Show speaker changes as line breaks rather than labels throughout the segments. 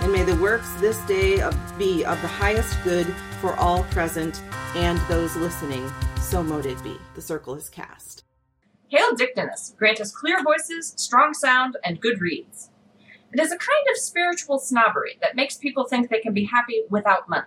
And may the works this day of, be of the highest good for all present and those listening. So mote it be. The circle is cast.
Hail Dictinus, grant us clear voices, strong sound, and good reads. It is a kind of spiritual snobbery that makes people think they can be happy without money.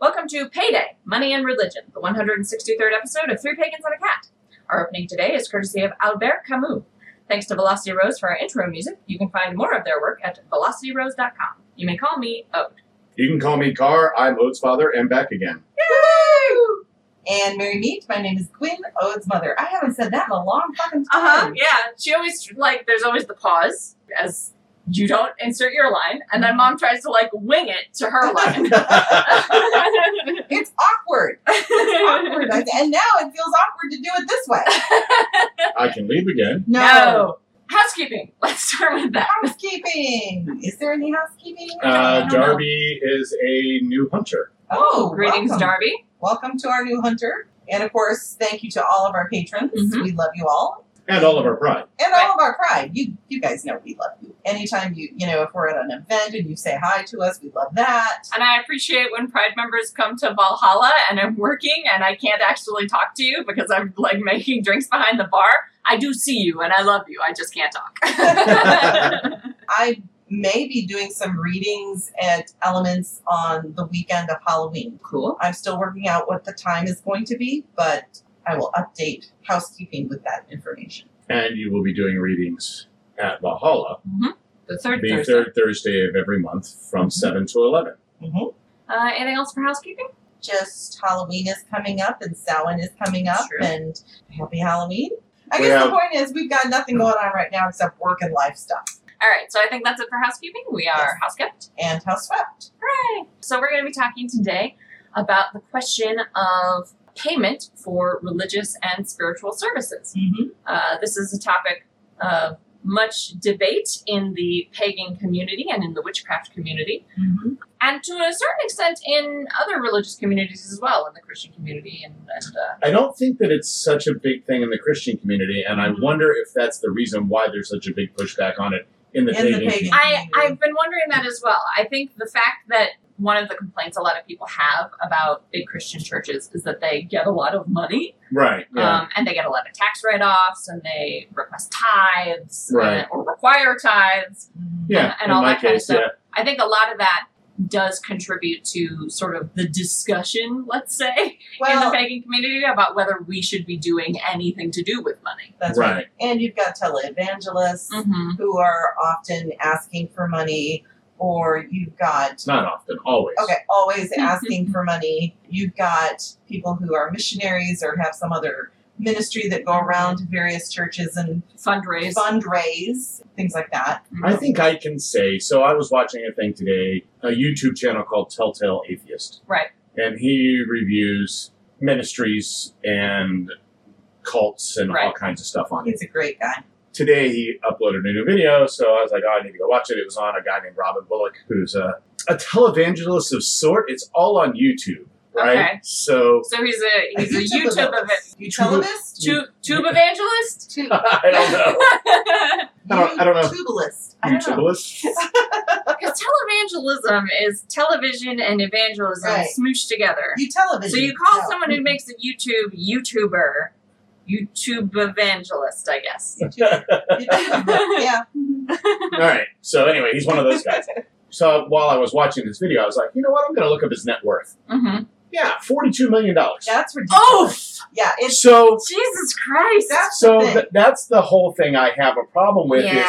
Welcome to Payday, Money and Religion, the 163rd episode of Three Pagans and a Cat. Our opening today is courtesy of Albert Camus. Thanks to Velocity Rose for our intro music. You can find more of their work at velocityrose.com. You may call me Ode.
You can call me Carr. I'm Oates' father and back again.
And Mary Meet, my name is Gwen Ode's mother. I haven't said that in a long fucking time.
Uh huh. Yeah. She always like there's always the pause as you don't insert your line, and then mom tries to like wing it to her line.
It's awkward. awkward. I- and now it feels awkward to do it this way.
I can leave again.
no. Housekeeping. Let's start with that.
Housekeeping. Is there any housekeeping?
Uh,
don't know.
Darby is a new hunter.
oh,
Greetings,
welcome.
Darby.
Welcome to our new hunter. And of course, thank you to all of our patrons.
Mhm.
We love you all.
And all of our pride.
And
Right.
all of our pride. You you guys know we love you. Anytime you you know, if we're at an event and you say hi to us, we love that.
And I appreciate when Pride members come to Valhalla and I'm working and I can't actually talk to you because I'm like making drinks behind the bar. I do see you and I love you. I just can't talk.
I may be doing some readings at Elements on the weekend of Halloween.
cool.
I'm still working out what the time is going to be, but I will update housekeeping with that information.
And you will be doing readings at Valhalla
The third
the
Thursday.
third Thursday of every month from
Mm-hmm.
7 to 11.
Uh, anything else for housekeeping?
Just Halloween is coming up and Samhain is coming up
True.
and happy Halloween. I
We
guess
have-
the point is we've got nothing going on right now except work and life stuff
All right, so I think that's it for housekeeping. We are
Yes.
house kept.
and house swept.
Hooray! So we're going to be talking today about the question of payment for religious and spiritual services.
Mm-hmm.
Uh, this is a topic of much debate in the pagan community and in the witchcraft community,
Mm-hmm.
and to a certain extent in other religious communities as well, in the Christian community and, and uh,
I don't think that it's such a big thing in the Christian community, and
Mm-hmm.
I wonder if that's the reason why there's such a big pushback on it in the
In the
pagan
pagan.
community.
I, I've been wondering that as well. I think the fact that one of the complaints a lot of people have about big Christian churches is that they get a lot of money
Right. Yeah.
um, and they get a lot of tax write-offs, and they request tithes
Right.
and- or require tithes.
yeah.
and
in
all
my
that kind of
case,
stuff. I think a lot of that does contribute to sort of the discussion, let's say, in the
Well,
pagan community about whether we should be doing anything to do with money.
that's
Right.
right. And you've got televangelists
Mm-hmm.
who are often asking for money, or you've got
It's not often, always.
Okay, always asking for money. You've got people who are missionaries or have some other ministry that go around to various churches and
Mm-hmm. Fundraise.
fundraise, things like that.
I think I can say so. I was watching a thing today, a YouTube channel called Telltale Atheist.
Right.
And he reviews ministries and cults and all
Right.
kinds of stuff on it.
He's a great guy.
Today he uploaded a new video, so I was like, oh, I need to go watch it. It was on a guy named Robin Bullock, who's a, a televangelist of sort. It's all on YouTube, right?
Okay.
So
So he's a he's a YouTube of it.
Utilibist?
Tube, tube evangelist.
Tu-
I don't know. I don't- I don't know.
Tubalist. I don't know.
YouTubeist.
Because televangelism is television and evangelism
Right.
smooshed together.
You television.
So you call
No.
someone who makes a YouTube YouTuber, YouTube evangelist, I guess.
You television. yeah.
All right. So anyway, he's one of those guys. So while I was watching this video, I was like, you know what? I'm going to look up his net worth.
Mm-hmm.
Yeah, forty-two million dollars.
That's ridiculous.
Oh,
Yeah, it's
So,
Jesus Christ!
That's-
so
the thing.
th- that's the whole thing I have a problem with.
yeah,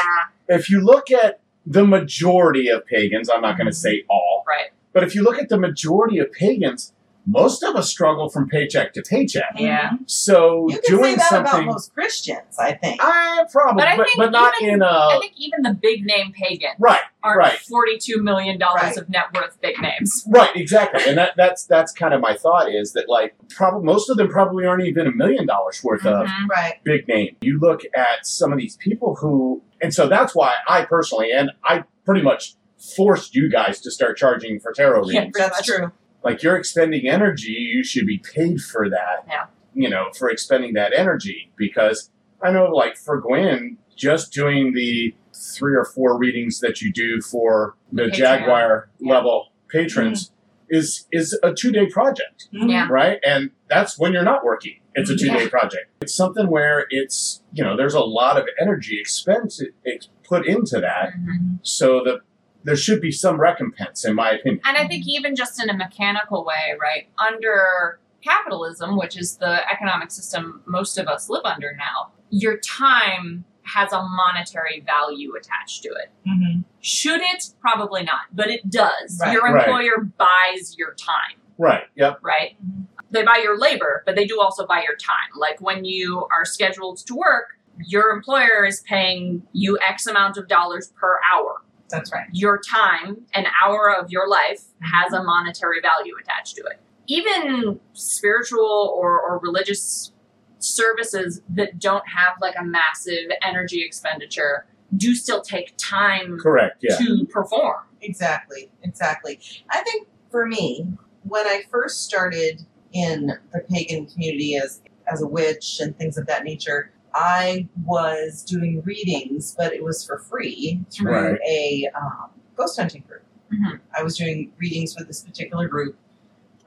Is if you look at the majority of pagans, I'm not going to say all,
right.
but if you look at the majority of pagans, most of us struggle from paycheck to paycheck.
Yeah.
So
Mm-hmm. You can
doing
say that about
something,
most Christians, I think.
I probably,
But I
but,
think
but not
even-
in
I
a
think even the big name pagan
right,
aren't
right.
forty-two million dollars
Right.
of net worth big names.
Right, exactly, and that, that's that's kind of my thought is that like probably most of them probably aren't even a million dollars worth of
Mhm.
Right.
big name. You look at some of these people who, and so that's why I personally and I pretty much forced you guys to start charging for tarot readings.
Yeah,
That's true.
like you're expending energy, you should be paid for that.
Yeah.
You know, for expending that energy because I know like for Gwen, just doing the three or four readings that you do for the
Patreon.
Jaguar
Yeah. Mm-hmm.
level patrons is is a two day project
Yeah.
right? And that's when you're not working. It's a two day
Mm-hmm. Yeah.
project. It's something where it's, you know, there's a lot of energy expense ex- put into that.
Mm-hmm.
So the, there should be some recompense, in my opinion.
And I think even just in a mechanical way, right? Under capitalism, which is the economic system most of us live under now, your time has a monetary value attached to it.
hmm
Should it? Probably not, but it does.
Right.
Your
Right.
employer buys your time.
Right. Yep.
right?
Mhm.
They buy your labor, but they do also buy your time. Like when you are scheduled to work, your employer is paying you X amount of dollars per hour.
That's right.
Your time, an hour of your life, has a monetary value attached to it. Even spiritual or, or religious services that don't have like a massive energy expenditure do still take time
Correct. Yeah.
to perform.
Exactly. Exactly. I think for me, when I first started in the pagan community as as a witch and things of that nature, I was doing readings, but it was for free
Mm-hmm.
through
Right.
a um, ghost hunting group.
Mhm.
I was doing readings with this particular group.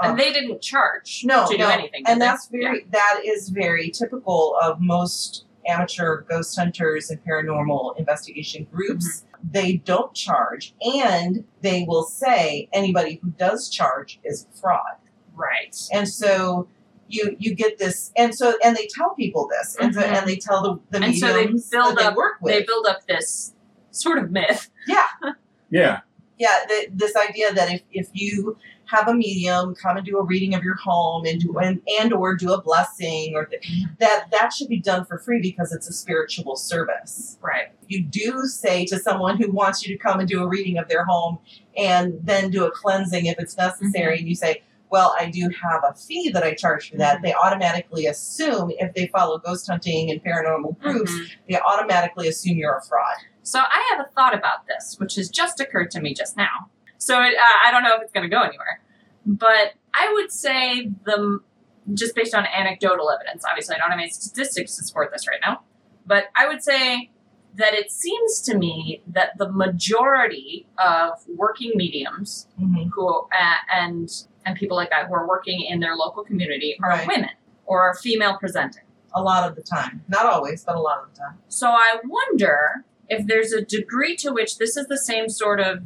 And
Um,
they didn't charge
no,
to
no.
do anything.
and
did they?
that's very that is very typical of most amateur ghost hunters and paranormal investigation
Mm-hmm.
groups they don't charge and they will say anybody who does charge is fraud
right.
and so you you get this and so and they tell people this and so
Mhm.
and they tell the, the
And so they
mediums
build
that
up-
they work with
they build up this sort of myth.
Yeah.
yeah, the, this idea that if, if you have a medium come and do a reading of your home and do and, and or do a blessing or th- that that should be done for free because it's a spiritual service.
Right.
You do say to someone who wants you to come and do a reading of their home and then do a cleansing if it's necessary,
Mm-hmm.
and you say, "Well, I do have a fee that I charge for
Mm-hmm.
that." They automatically assume if they follow ghost hunting and paranormal
Mm-hmm.
groups, they automatically assume you're a fraud.
So I have a thought about this, which has just occurred to me just now. So it, uh, I don't know if it's going to go anywhere, but I would say the just based on anecdotal evidence. Obviously, I don't have any statistics to support this right now, but I would say that it seems to me that the majority of working mediums
Mm-hmm.
who uh, and and people like that who are working in their local community are
Right.
women or are female presenting.
A lot of the time, not always, but a lot of the time.
So I wonder if there's a degree to which this is the same sort of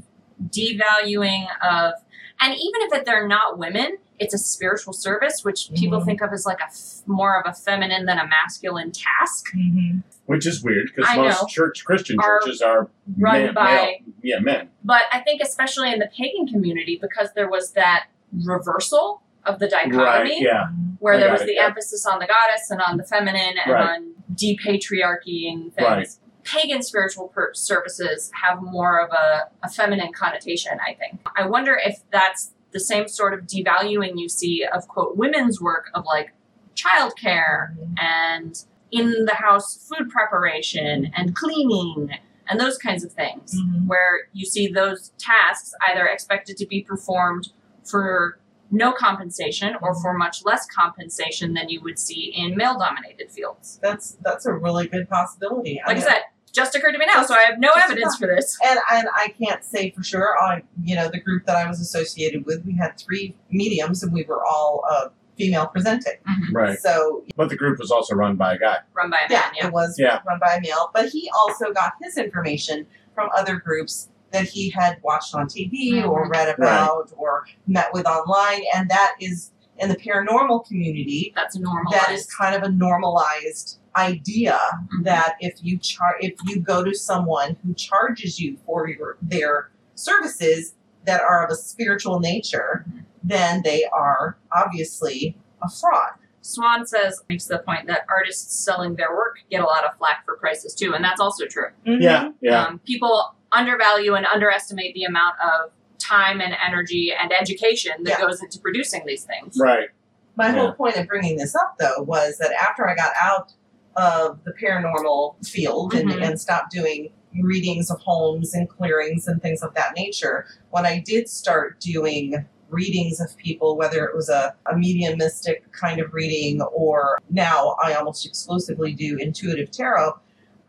devaluing of, and even if it, they're not women, it's a spiritual service, which people
Mm-hmm.
Mhm.
think of as like a f- more of a feminine than a masculine task,
Mm-hmm.
Which is weird because
I
most
know.
church Christian
Are
churches are
run
men,
by.
male- Mm-hmm. yeah men.
But I think especially in the pagan community, because there was that reversal of the dichotomy.
Right. Yeah.
where
I
there
got
was
it,
the
yeah.
emphasis on the goddess and on the feminine and
Right.
on depatriarchy and things.
Right.
Pagan spiritual per- services have more of a, a feminine connotation, I think. I wonder if that's the same sort of devaluing you see of, quote, women's work of like childcare and in the house food preparation and cleaning and those kinds of things
Mhm.
where you see those tasks either expected to be performed for no compensation or for much less compensation than you would see in male dominated fields.
That's that's a really good possibility.
Like I
mean,
said, just occurred to me now, so I have no
Just-
evidence for this.
and and I can't say for sure. On you know the group that I was associated with, we had three mediums, and we were all uh, female presenting.
Right.
So
But the group was also run by a guy.
Run by a
yeah,
man, yeah.
it was
Yeah.
run by a male, but he also got his information from other groups that he had watched on TV or
Mhm.
read about or met with online, and that is in the paranormal community.
That's normal.
that is kind of a normalized idea that if you char- if you go to someone who charges you for your, their services that are of a spiritual nature then they are obviously a fraud.
Swan says makes the point that artists selling their work get a lot of flack for prices too, and that's also true.
Yeah, yeah.
Um, people undervalue and underestimate the amount of time and energy and education that
Yeah.
goes into producing these things.
Right.
My
Yeah.
whole point of bringing this up, though, was that after I got out of the paranormal field and,
Mhm.
and stopped doing readings of homes and clearings and things of that nature, when I did start doing readings of people, whether it was a, a mediumistic kind of reading or now I almost exclusively do intuitive tarot,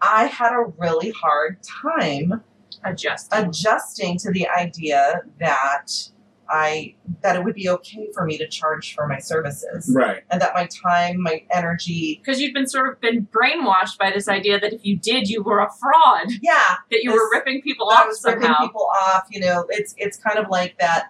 I had a really hard time
Adjusting.
adjusting to the idea that I that it would be okay for me to charge for my services
Right.
and that my time, my energy,
Because you've been sort of been brainwashed by this idea that if you did, you were a fraud,
yeah,
that you
This-
were ripping people
I
off
was ripping
somehow.
people off. You know, it's it's kind of like that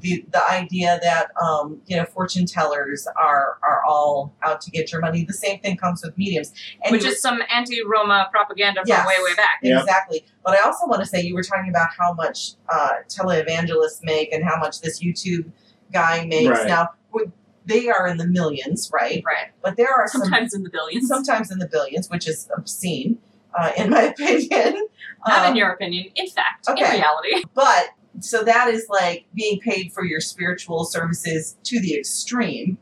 the the idea that um, you know fortune tellers are are all out to get your money. The same thing comes with mediums, and
which
you-
is some anti-Roma propaganda from
Yes.
way, way back.
Yeah.
Exactly. But I also want to say you were talking about how much uh, televangelists make and how much this YouTube guy makes.
Right.
Now, we- they are in the millions, right?
Right.
But there are some,
Sometimes in the billions.
sometimes in the billions, which is obscene, uh, in my opinion.
Not in
Um,
your opinion. In fact, in
okay.
reality.
but so that is like being paid for your spiritual services to the extreme,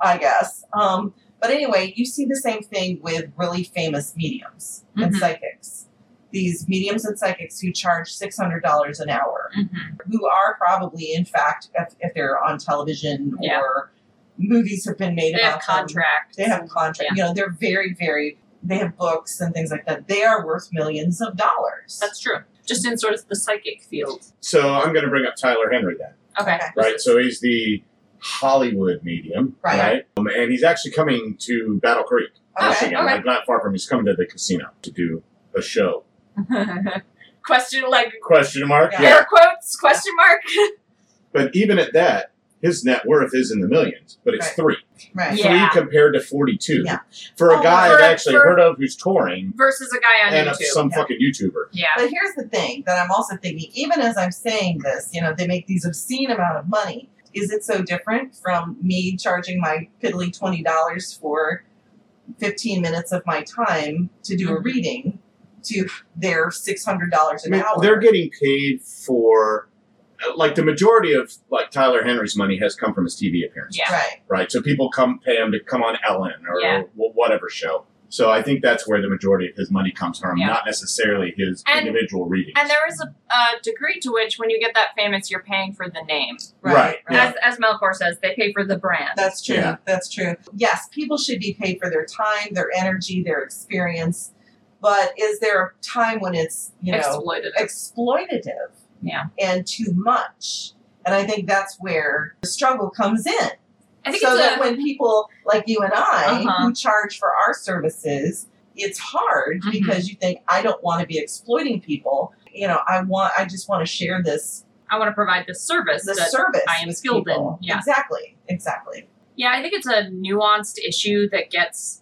I guess. Um, but anyway, you see the same thing with really famous mediums and
Mhm.
psychics. These mediums and psychics who charge six hundred dollars an hour,
Mhm.
who are probably, in fact, if, if they're on television
Yeah.
or movies have been made
They
about
have
them,
contracts.
they have contract. You know, they're very, very. They have books and things like that. They are worth millions of dollars.
That's true. Just in sort of the psychic field.
So I'm going to bring up Tyler Henry then.
Okay.
Okay.
Right. So he's the Hollywood medium.
Right.
Um, and he's actually coming to Battle Creek, Michigan,
okay.
like not far from. He's coming to the casino to do a show.
question like
Question mark.
Yeah.
air quotes question mark.
But even at that, his net worth is in the millions, but it's
Right.
three.
right.
Yeah.
Three compared to 42.
Yeah.
For a
Oh,
guy I've
for-
actually
for-
heard of who's touring
versus a guy on
and a-
YouTube.
some
Yeah.
fucking YouTuber.
yeah.
But here's the thing that I'm also thinking, even as I'm saying this, you know, they make these obscene amount of money. Is it so different from me charging my piddly twenty dollars for fifteen minutes of my time to do a
Mhm.
reading to their six hundred dollars
I
an
mean,
hour?
they're getting paid for, uh, like, the majority of, like, Tyler Henry's money has come from his TV appearances.
Yeah.
right.
right? So people come pay him to come on Ellen or
Yeah.
wh- whatever show. So I think that's where the majority of his money comes from,
Yeah.
not necessarily his
And-
individual readings.
And there is a, a degree to which, when you get that famous, you're paying for the name.
Right.
Right, yeah.
As, as Melkor says, they pay for the brand.
That's true.
Yeah.
That's true. Yes, people should be paid for their time, their energy, their experience. But is there a time when it's, you know,
Exploited.
exploitative
Yeah.
and too much. And I think that's where the struggle comes in.
I think
so
it's
that
a,
when people like you and I
Uh-huh.
who charge for our services, it's hard
Mhm.
because you think I don't want to be exploiting people. You know, I want I just want to share this
I want to provide this service.
the
that-
service.
I am
with
skilled in.
people.
Yeah.
Exactly. Exactly.
yeah, I think it's a nuanced issue that gets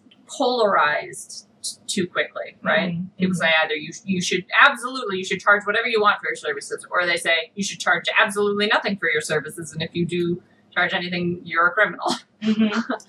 polarized t- too quickly, right?
Mhm.
People say either you you should absolutely you should charge whatever you want for your services, or they say you should charge absolutely nothing for your services, and if you do charge anything, you're a criminal.
Mhm.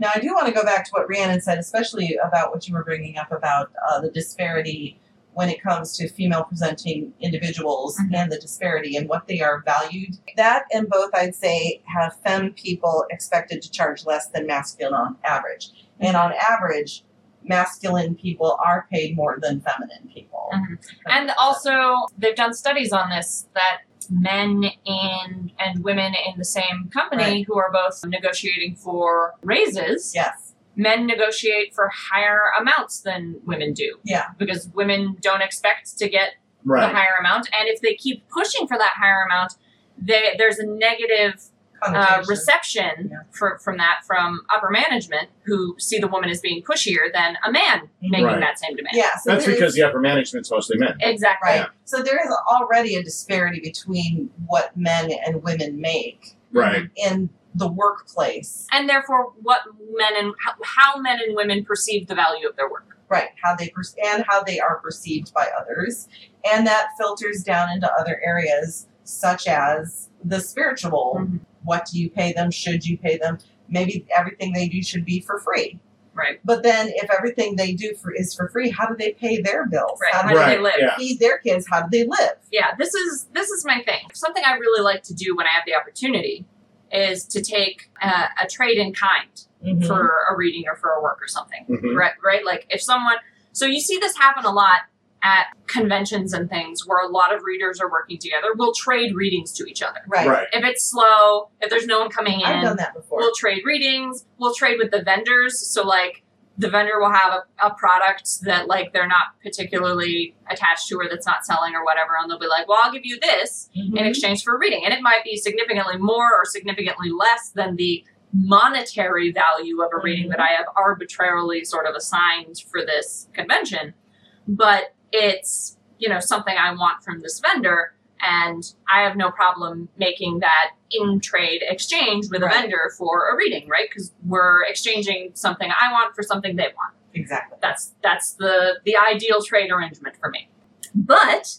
now, I do want to go back to what Rhiannon said, especially about what you were bringing up about uh, the disparity when it comes to female presenting individuals
Mhm.
and the disparity and what they are valued. That and both, I'd say, have femme people expected to charge less than masculine on average. And
Mm-hmm.
on average, masculine people are paid more than feminine people.
Mhm. And also, they've done studies on this that men in and women in the same company
Right.
who are both negotiating for raises,
yes,
men negotiate for higher amounts than women do
yeah,
because women don't expect to get the
right.
higher amount, and if they keep pushing for that higher amount, they, there's a negative uh,
Connotation.
reception
Yeah.
for, from that from upper management who see the woman as being pushier than a man
Mm-hmm.
making
Right.
that same demand.
yeah. So
That's
there is-
because the upper management's mostly men.
Exactly.
right?
Yeah.
So there is already a disparity between what men and women make
Mm-hmm.
Right.
in the workplace,
And therefore, what men and how, how men and women perceive the value of their work.
right? How they per- and how they are perceived by others, and that filters down into other areas such as the spiritual.
Mhm.
What do you pay them? Should you pay them? Maybe everything they do should be for free.
Right.
But then, if everything they do for is for free, how do they pay their bills?
Mm-hmm. Right.
How do
How do
Right,
they live?
yeah.
they feed their kids? How do they live?
yeah this is this is my thing something i really like to do when i have the opportunity is to take uh, a trade in kind for a reading or for a work or something
Mhm.
right right like if someone so you see this happen a lot at conventions and things where a lot of readers are working together we'll trade readings to each other
right.
Right.
if it's slow if there's no one coming in
I've done that before.
We'll trade readings. We'll trade with the vendors. So like the vendor will have a, a product that like they're not particularly attached to or that's not selling or whatever, and they'll be like, "Well, I'll give you this
Mm-hmm.
in exchange for a reading," and it might be significantly more or significantly less than the monetary value of a reading that I have arbitrarily sort of assigned for this convention, but it's you know something I want from this vendor and I have no problem making that in trade exchange with
Right.
a vendor for a reading, right? Because we're exchanging something I want for something they want.
exactly.
That's that's the the ideal trade arrangement for me. But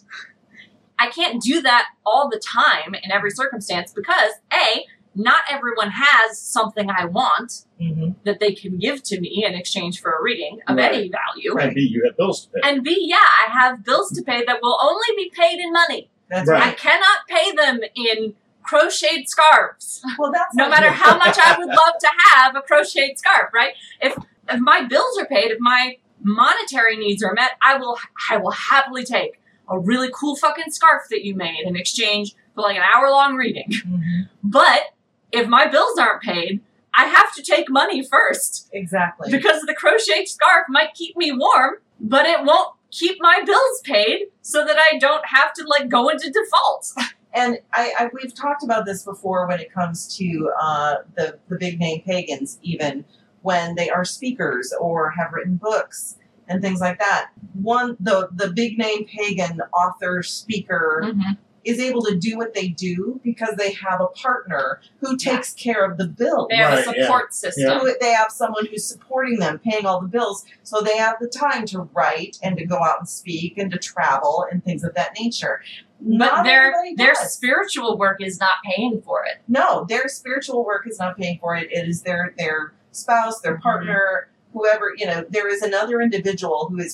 I can't do that all the time in every circumstance because a not everyone has something I want
hmm
that they can give to me in exchange for a reading of
Right.
any value.
And B, you have bills to pay.
And B, yeah, I have bills to pay that will only be paid in money.
That's
Right.
I cannot pay them in crocheted scarves.
Well, that's
No matter how much I would love to have a crocheted scarf, right? If if my bills are paid, if my monetary needs are met, I will I will happily take a really cool fucking scarf that you made in exchange for like an hour long reading.
Mhm.
But if my bills aren't paid, I have to take money first
Exactly.
because the crocheted scarf might keep me warm, but it won't keep my bills paid so that I don't have to like go into default.
And I, I we've talked about this before when it comes to uh, the the big name pagans, even when they are speakers or have written books and things like that. One the the big name pagan author speaker
Mm-hmm.
is able to do what they do because they have a partner who takes care of the bills.
They have a
Right, yeah.
support system.
Who- They have someone who's supporting them, paying all the bills, so they have the time to write and to go out and speak and to travel and things of that nature.
But
Not
their
everybody
their
does.
spiritual work is not paying for it.
No, their spiritual work is not paying for it. It is their their spouse, their
Mhm.
partner, whoever you know. There is another individual who is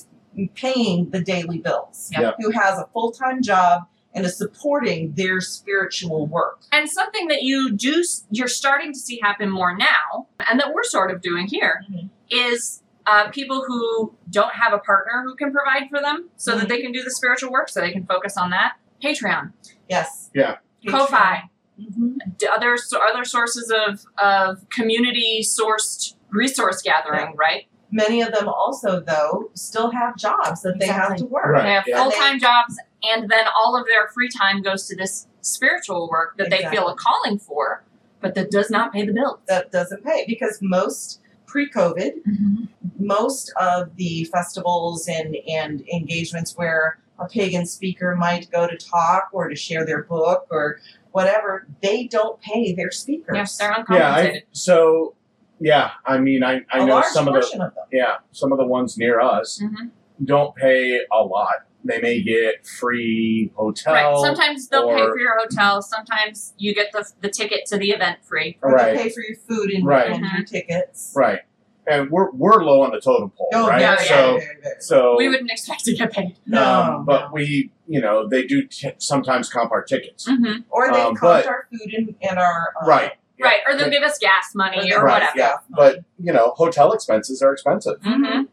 paying the daily bills,
Yeah.
who has a full time job and is supporting their spiritual work.
And something that you do you're starting to see happen more now, and that we're sort of doing here, is
Mhm.
uh, people who don't have a partner who can provide for them, so
Mhm.
that they can do the spiritual work, so they can focus on that. Patreon,
Yes.
Yeah.
Ko-fi,
Mhm.
d- other so- other sources of of community sourced resource gathering, right?
Many of them also, though, still have jobs that they have
Exactly.
to work.
Right,
They have
yeah.
full time jobs, and then all of their free time goes to this spiritual work that they feel a
Exactly.
calling for, but that does not pay the bills.
That doesn't pay because most pre COVID,
Mm-hmm.
most of the festivals and, and engagements where a pagan speaker might go to talk or to share their book or whatever, they don't pay their speakers.
Yes, they're
yeah.
uncompensated.
I, so, yeah. I mean, I, I
a
know
large
some of the
portion of them.
yeah some of the ones near us
Mhm.
don't pay a lot. They may get free hotel.
right. Sometimes they'll pay
or-
for your hotel. Sometimes you get the, the ticket to the event free.
Or
Right.
they pay for your food and,
Right.
and
Mm-hmm.
your tickets.
Right. And we're we're low on the totem pole,
Oh,
right?
yeah,
very,
so
very, very, very.
so
We wouldn't expect to get paid.
No,
um, but
no.
we you know they do t- sometimes comp our tickets.
Mhm.
or they
um,
comped
but-
our food and, and our uh,
Right. Yeah.
Right. Or they'll give us gas
Or
money
they'll
Mm-hmm. or
give
right,
whatever.
Yeah. But you know hotel expenses are expensive.
hmm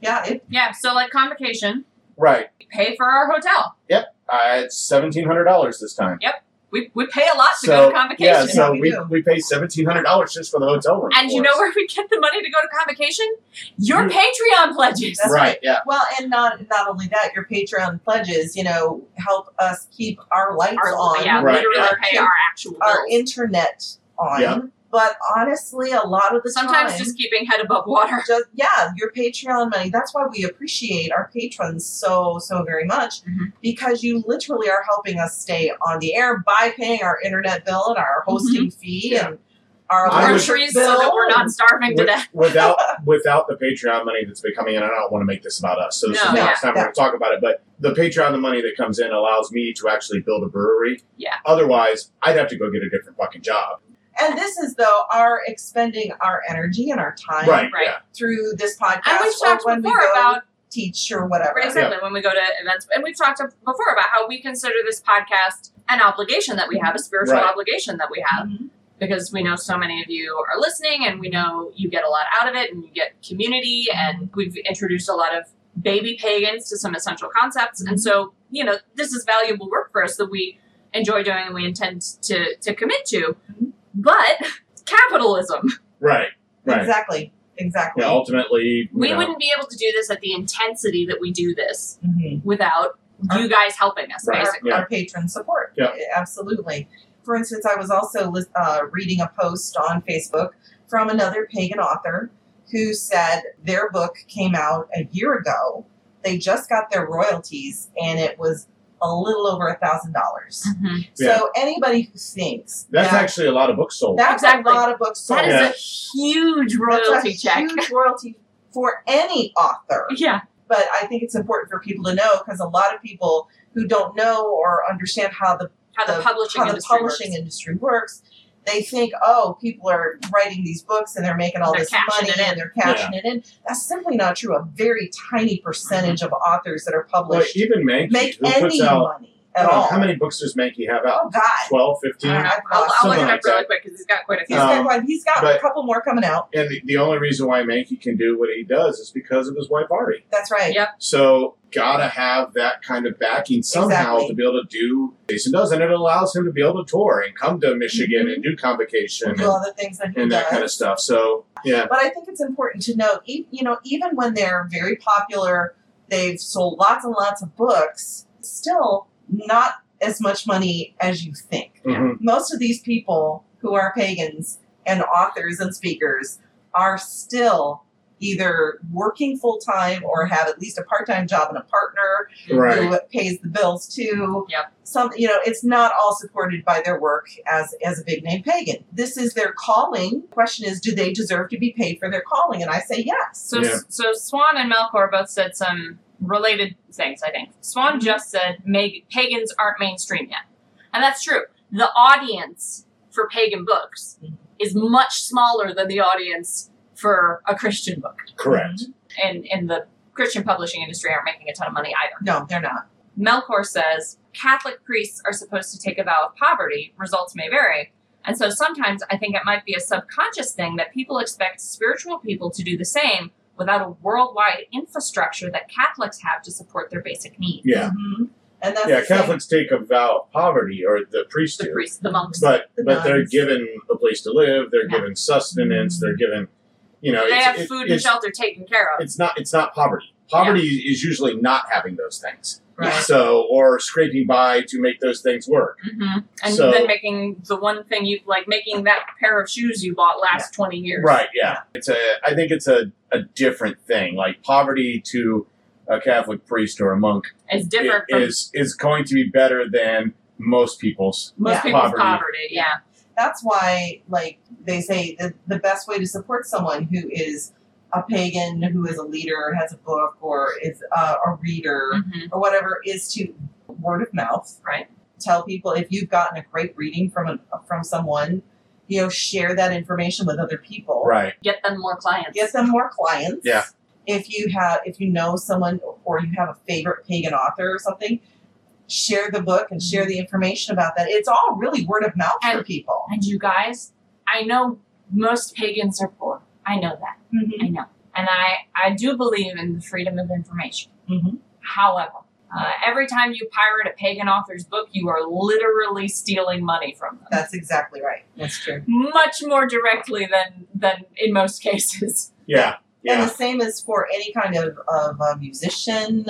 Yeah, it,
Yeah. So, like convocation,
Right.
we pay for our hotel.
Uh, it's seventeen hundred dollars this time.
We, we pay a lot to go
So
to convocation.
yeah, so
Yeah, we
we,
do.
we pay seventeen hundred dollars just for the hotel room.
and you
for
know
us.
where we get the money to go to convocation? Your
You-
Patreon pledges.
That's
right? Yeah,
Well, and not not only that, your Patreon pledges, you know, help us keep our lights
our,
on,
yeah,
Right,
literally
yeah.
pay our actual
our
bills.
internet on.
Yeah.
But honestly, a lot of the
Sometimes
time,
just keeping head above water.
just yeah, your Patreon money. That's why we appreciate our patrons so so very much
Mhm.
because you literally
Mm-hmm.
are helping us stay on the air by paying our internet bill and our hosting fee
Yeah.
and our
I
More
would-
trees so that we're not starving to
With-
death.
without without the Patreon money that's been coming in, and I don't want to make this about us. So this
No,
is the
yeah,
last time
yeah.
we're going to talk about it. But the Patreon, the money that comes in, allows me to actually build a brewery.
Yeah.
Otherwise, I'd have to go get a different fucking job.
And this is though our expending our energy and our time
right.
right.
Yeah.
through this podcast
And we've
or
talked
when
before
we go
about
teach or whatever.
exactly when we go to events, and we've talked before about how we consider this podcast an obligation that we have, a spiritual
Right.
obligation that we have,
Mhm.
because we know so many of you are listening, and we know you get a lot out of it, and you get community, and we've introduced a lot of baby pagans to some essential concepts, and so you know this is valuable work for us that we enjoy doing and we intend to to commit to, but capitalism.
Right. Right.
Exactly. Exactly.
Yeah, ultimately,
We
you know,
wouldn't be able to do this at the intensity that we do this
Mhm.
without you guys helping us,
Right.
Our,
basically.
Yeah.
our patron support.
Yeah.
Absolutely. For instance, I was also lis- uh, reading a post on Facebook from another pagan author who said their book came out a year ago. They just got their royalties, and it was a little over a thousand dollars.
Mm-hmm.
Yeah.
So anybody who thinks
That's
that,
actually a lot of books sold.
that's
Exactly.
a lot of books sold.
That is
Yeah.
a huge
That's
royalty
a
check.
huge royalty for any author.
yeah.
But I think it's important for people to know because a lot of people who don't know or understand how the
How the,
The-
publishing
how the
industry
publishing
works.
industry works, they think, oh, people are writing these books and they're making all
They're
this
cashing
money
it in.
and they're cashing it in. That's simply not true. A very tiny percentage of authors that are
Like,
published
even Mankey,
make
who
any
puts out
money
I
at
don't know,
all.
how many books does Mankey have out?
oh God.
Twelve, fifteen. 12, 15?
I don't know. I've
I'll,
lost
I'll look
Something
it up
like that.
really quick because he's got quite a
He's
few.
Um,
got one. He's got a
but-
couple more coming out.
And the, the only reason why Mankey can do what he does is because of his wife Ari.
That's right.
Yeah.
So gotta have that kind of backing somehow
Exactly.
to be able to do what Jason does, and it allows him to be able to tour and come to Michigan and
Mm-hmm.
do convocation
Do all the things that
and,
he
and
does.
that kind of stuff. So yeah,
But I think it's important to note, e- you know, even when they're very popular, they've sold lots and lots of books, still not as much money as you think.
mhm.
most of these people who are pagans and authors and speakers are still either working full time or have at least a part time job and a partner
right,
who pays the bills too.
Yep.
Some you know, it's not all supported by their work as as a big name pagan. This is their calling. question is, do they deserve to be paid for their calling? And I say yes.
So,
Yeah.
so Swan and Melkor both said some related things, I think. Swan just said Meg- pagans aren't mainstream yet. And that's true. The audience for pagan books
Mhm.
is much smaller than the audience for a Christian book.
correct.
And, and the Christian publishing industry aren't making a ton of money either.
No, they're not.
Melkor says Catholic priests are supposed to take a vow of poverty, results may vary. And so sometimes I think it might be a subconscious thing that people expect spiritual people to do the same without a worldwide infrastructure that Catholics have to support their basic needs.
Yeah,
Mm-hmm.
Mhm. And that's
yeah.
the same-
Catholics take a vow of poverty, or the priests
The
do,
priests, the monks.
but
The
but they're
nuns.
given a place to live. They're
Yeah.
given sustenance. They're given, you know,
they
it's,
have
it-
food and
it's,
shelter taken care of.
it's not it's not poverty. Poverty is usually not having those things.
Right.
So or scraping by to make those things work.
hmm And
So-
then making the one thing you like, making that pair of shoes you bought last 20 years.
Right, yeah. It's a I think it's a, a different thing. Like poverty to a Catholic priest or a monk
Is
i-
different from
is is going to be better than most people's.
most
Yeah.
people's poverty.
poverty.
Yeah.
that's why like they say that the best way to support someone who is a pagan who is a leader has a book or is uh, a reader
hmm
or whatever is to word of mouth
Right.
tell people if you've gotten a great reading from a, from someone you know share that information with other people
Right.
Get them more clients.
get them more clients
Yeah.
if you have if you know someone or you have a favorite pagan author or something share the book and share the information about that it's all really word of mouth for
Mm-hmm. And-
people
And you guys, I know most pagans are poor. I know that.
Mhm.
I know. And I, I do believe in the freedom of information.
Mhm.
However, uh, every time you pirate a pagan author's book, you are literally stealing money from them.
That's exactly right. That's true.
Much more directly than, than in most cases.
Yeah. Yeah.
And the same is for any kind of, of uh, musician,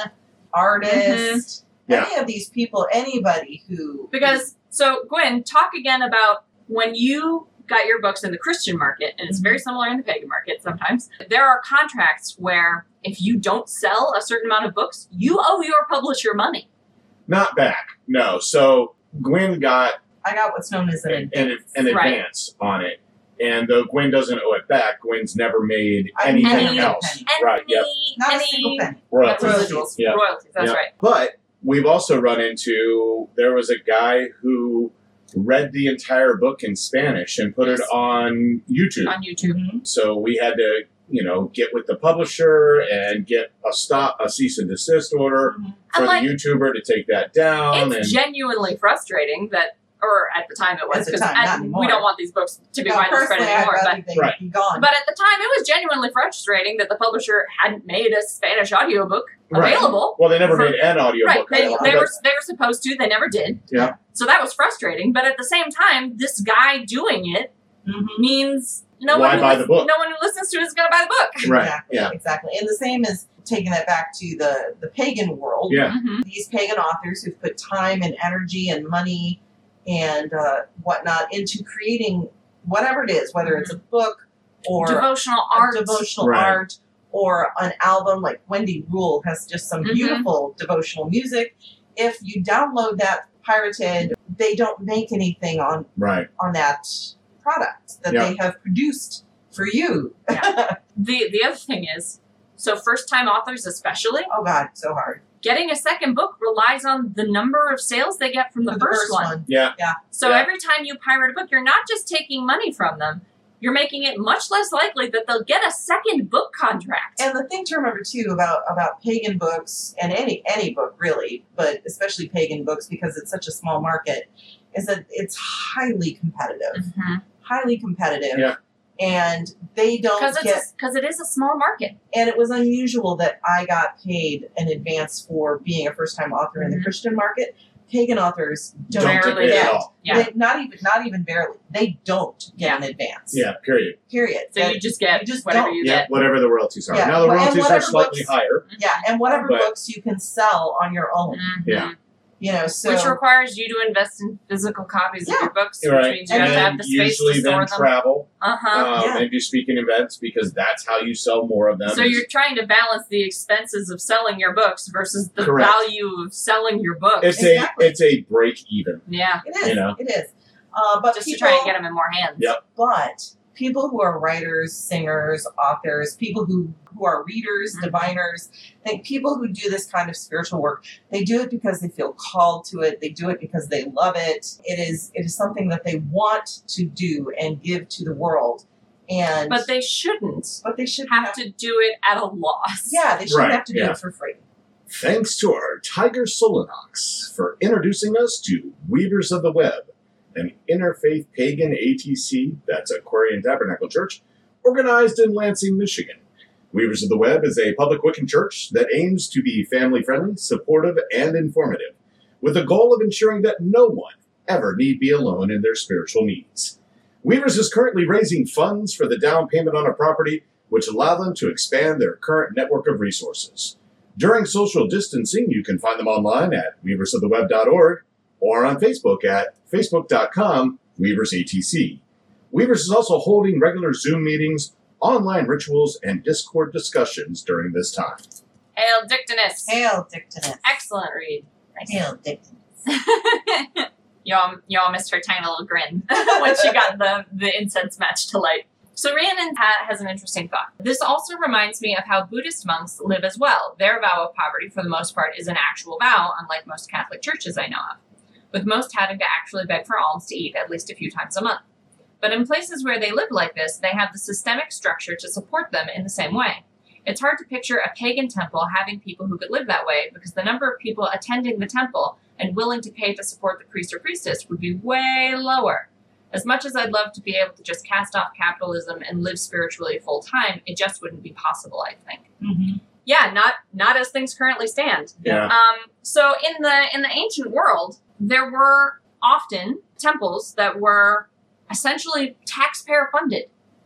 Mm-hmm.
artist,
Mhm.
any of these people, anybody who
Because, so Gwen, talk again about when you got your books in the Christian market, and it's
Mm-hmm.
very similar in the pagan market sometimes, there are contracts where if you don't sell a certain amount of books, you owe your publisher money.
Not back. No. So Gwen got
I got what's known as an
an, an, an
Right.
advance on it. And though Gwen doesn't owe it back, Gwen's never made
I-
anything
Any-
else.
Any,
Right, yeah.
Not
any
a single penny.
Royalties.
Royalties.
Yeah.
Royalties, that's
Yeah.
right.
But we've also run into there was a guy who read the entire book in Spanish and put it
Yes.
on YouTube.
On YouTube.
so we had to, you know, get with the publisher and get a stop, a cease and desist order for
I'm
the
like,
YouTuber to take that down.
it's
and
genuinely frustrating that, or at the time it was,
At the
because
time, not
we
anymore.
don't want these books to be
Now,
widely spread
personally, I'd
anymore. But
rather they
Right.
be gone.
But at the time, it was genuinely frustrating that the publisher hadn't made a Spanish audiobook
Right.
available.
well, they never
for-
made an
Right?
audiobook.
They,
available,
they
but-
were they were supposed to. They never did.
Yeah.
So that was frustrating. But at the same time, this guy doing it
Mhm.
means no
Why
one who
buy
lis-
the book?
no one who listens to it is going to buy the book.
Right.
Exactly.
Yeah.
Exactly. And the same is taking that back to the the pagan world.
Yeah.
Mhm.
These pagan authors who've put time and energy and money and uh, whatnot into creating whatever it is, whether it's a book or
Devotional
a
Mm-hmm. art.
devotional
Right.
art or an album like Wendy Rule has just some
Mhm.
beautiful devotional music. If you download that pirated, they don't make anything on
right.
on that product that
Yeah.
they have produced for you.
The the other thing is, so first time authors especially
Oh God, so hard.
getting a second book relies on the number of sales they get from the,
For
first, one.
Yeah.
So
Yeah.
every time you pirate a book, you're not just taking money from them, you're making it much less likely that they'll get a second book contract.
And the thing to remember too about about pagan books and any any book really, but especially pagan books because it's such a small market, is that it's highly competitive,
Mm-hmm.
Mhm.
highly competitive,
Yeah.
and they don't
Because
get
it's because it is a small market.
and it was unusual that I got paid in advance for being a first time author in the
Mhm.
Christian market. Pagan authors don't,
Don't
Barely
get paid at
get
all.
Yeah.
they- not even not even barely. They don't get an advance.
Yeah. Period.
Period.
So
That-
you just get
you just
whatever
don't.
you
Yeah.
get.
Whatever the royalties are.
Yeah.
Now the
Well, and
royalties are
whatever
slightly
books-
higher.
yeah, and whatever
But-
books you can sell on your own.
Mhm.
Yeah.
You know, so
Which requires you to invest in physical copies of
Yeah.
your books,
Right.
which means you
And
have to
then
have the space
usually
to store
then
them.
travel
uh-huh.
um,
Yeah.
and do speaking events because that's how you sell more of them.
so you're trying to balance the expenses of selling your books versus the
Correct.
value of selling your books.
it's
Exactly.
a it's a break even.
yeah.
it is.
you know.
It is. Uh, but
Just to
people,
try and get them in more hands.
Yeah.
but people who are writers, singers, authors, people who who are readers,
Mhm.
diviners, I think people who do this kind of spiritual work, they do it because they feel called to it. They do it because they love it. It is it is something that they want to do and give to the world. And
But they shouldn't
but they should
have to do it at a loss.
Yeah, they shouldn't
Right,
have to do
yeah.
it for free.
Thanks to our Tiger Solenox for introducing us to Weavers of the Web, an interfaith pagan ATC, that's Aquarian Tabernacle Church, organized in Lansing, Michigan. Weavers of the Web is a public Wiccan church that aims to be family friendly, supportive, and informative, with the goal of ensuring that no one ever need be alone in their spiritual needs. Weavers is currently raising funds for the down payment on a property, which allow them to expand their current network of resources. During social distancing, you can find them online at weaversoftheweb.org or on Facebook at facebook.com weaversatc. Weavers is also holding regular Zoom meetings, online rituals, and Discord discussions during this time.
Hail Dictinus.
Hail Dictinus.
Excellent read. Nice.
Hail Dictinus.
y'all, y'all missed her tiny little grin when she got the, the incense match to light. So Rhiannon ha- has an interesting thought. This also reminds me of how Buddhist monks live as well. Their vow of poverty, for the most part, is an actual vow, unlike most Catholic churches I know of, with most having to actually beg for alms to eat at least a few times a month. But in places where they live like this, they have the systemic structure to support them in the same way. It's hard to picture a pagan temple having people who could live that way because the number of people attending the temple and willing to pay to support the priest or priestess would be way lower. As much as I'd love to be able to just cast off capitalism and live spiritually full time, it just wouldn't be possible, I think.
Mhm.
Yeah, not not as things currently stand.
Yeah.
Um, so in the in the ancient world, there were often temples that were essentially taxpayer funded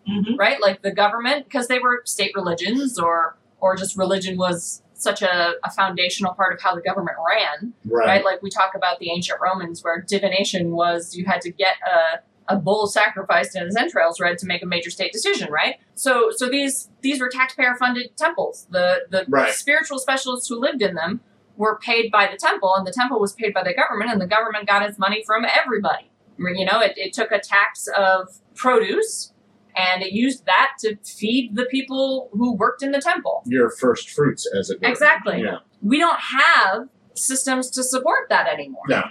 Mhm.
right? Like the government, because they were state religions, or or just religion was such a, a foundational part of how the government ran, right. Like we talk about the ancient Romans, where divination was you had to get a a bull sacrificed and his entrails read to make a major state decision, right? So so these these were taxpayer funded temples. The the
Right.
spiritual specialists who lived in them were paid by the temple, and the temple was paid by the government, and the government got its money from everybody. You know, it, it took a tax of produce and it used that to feed the people who worked in the temple.
Your first fruits, as it were.
Exactly.
Yeah.
We don't have systems to support that anymore.
No.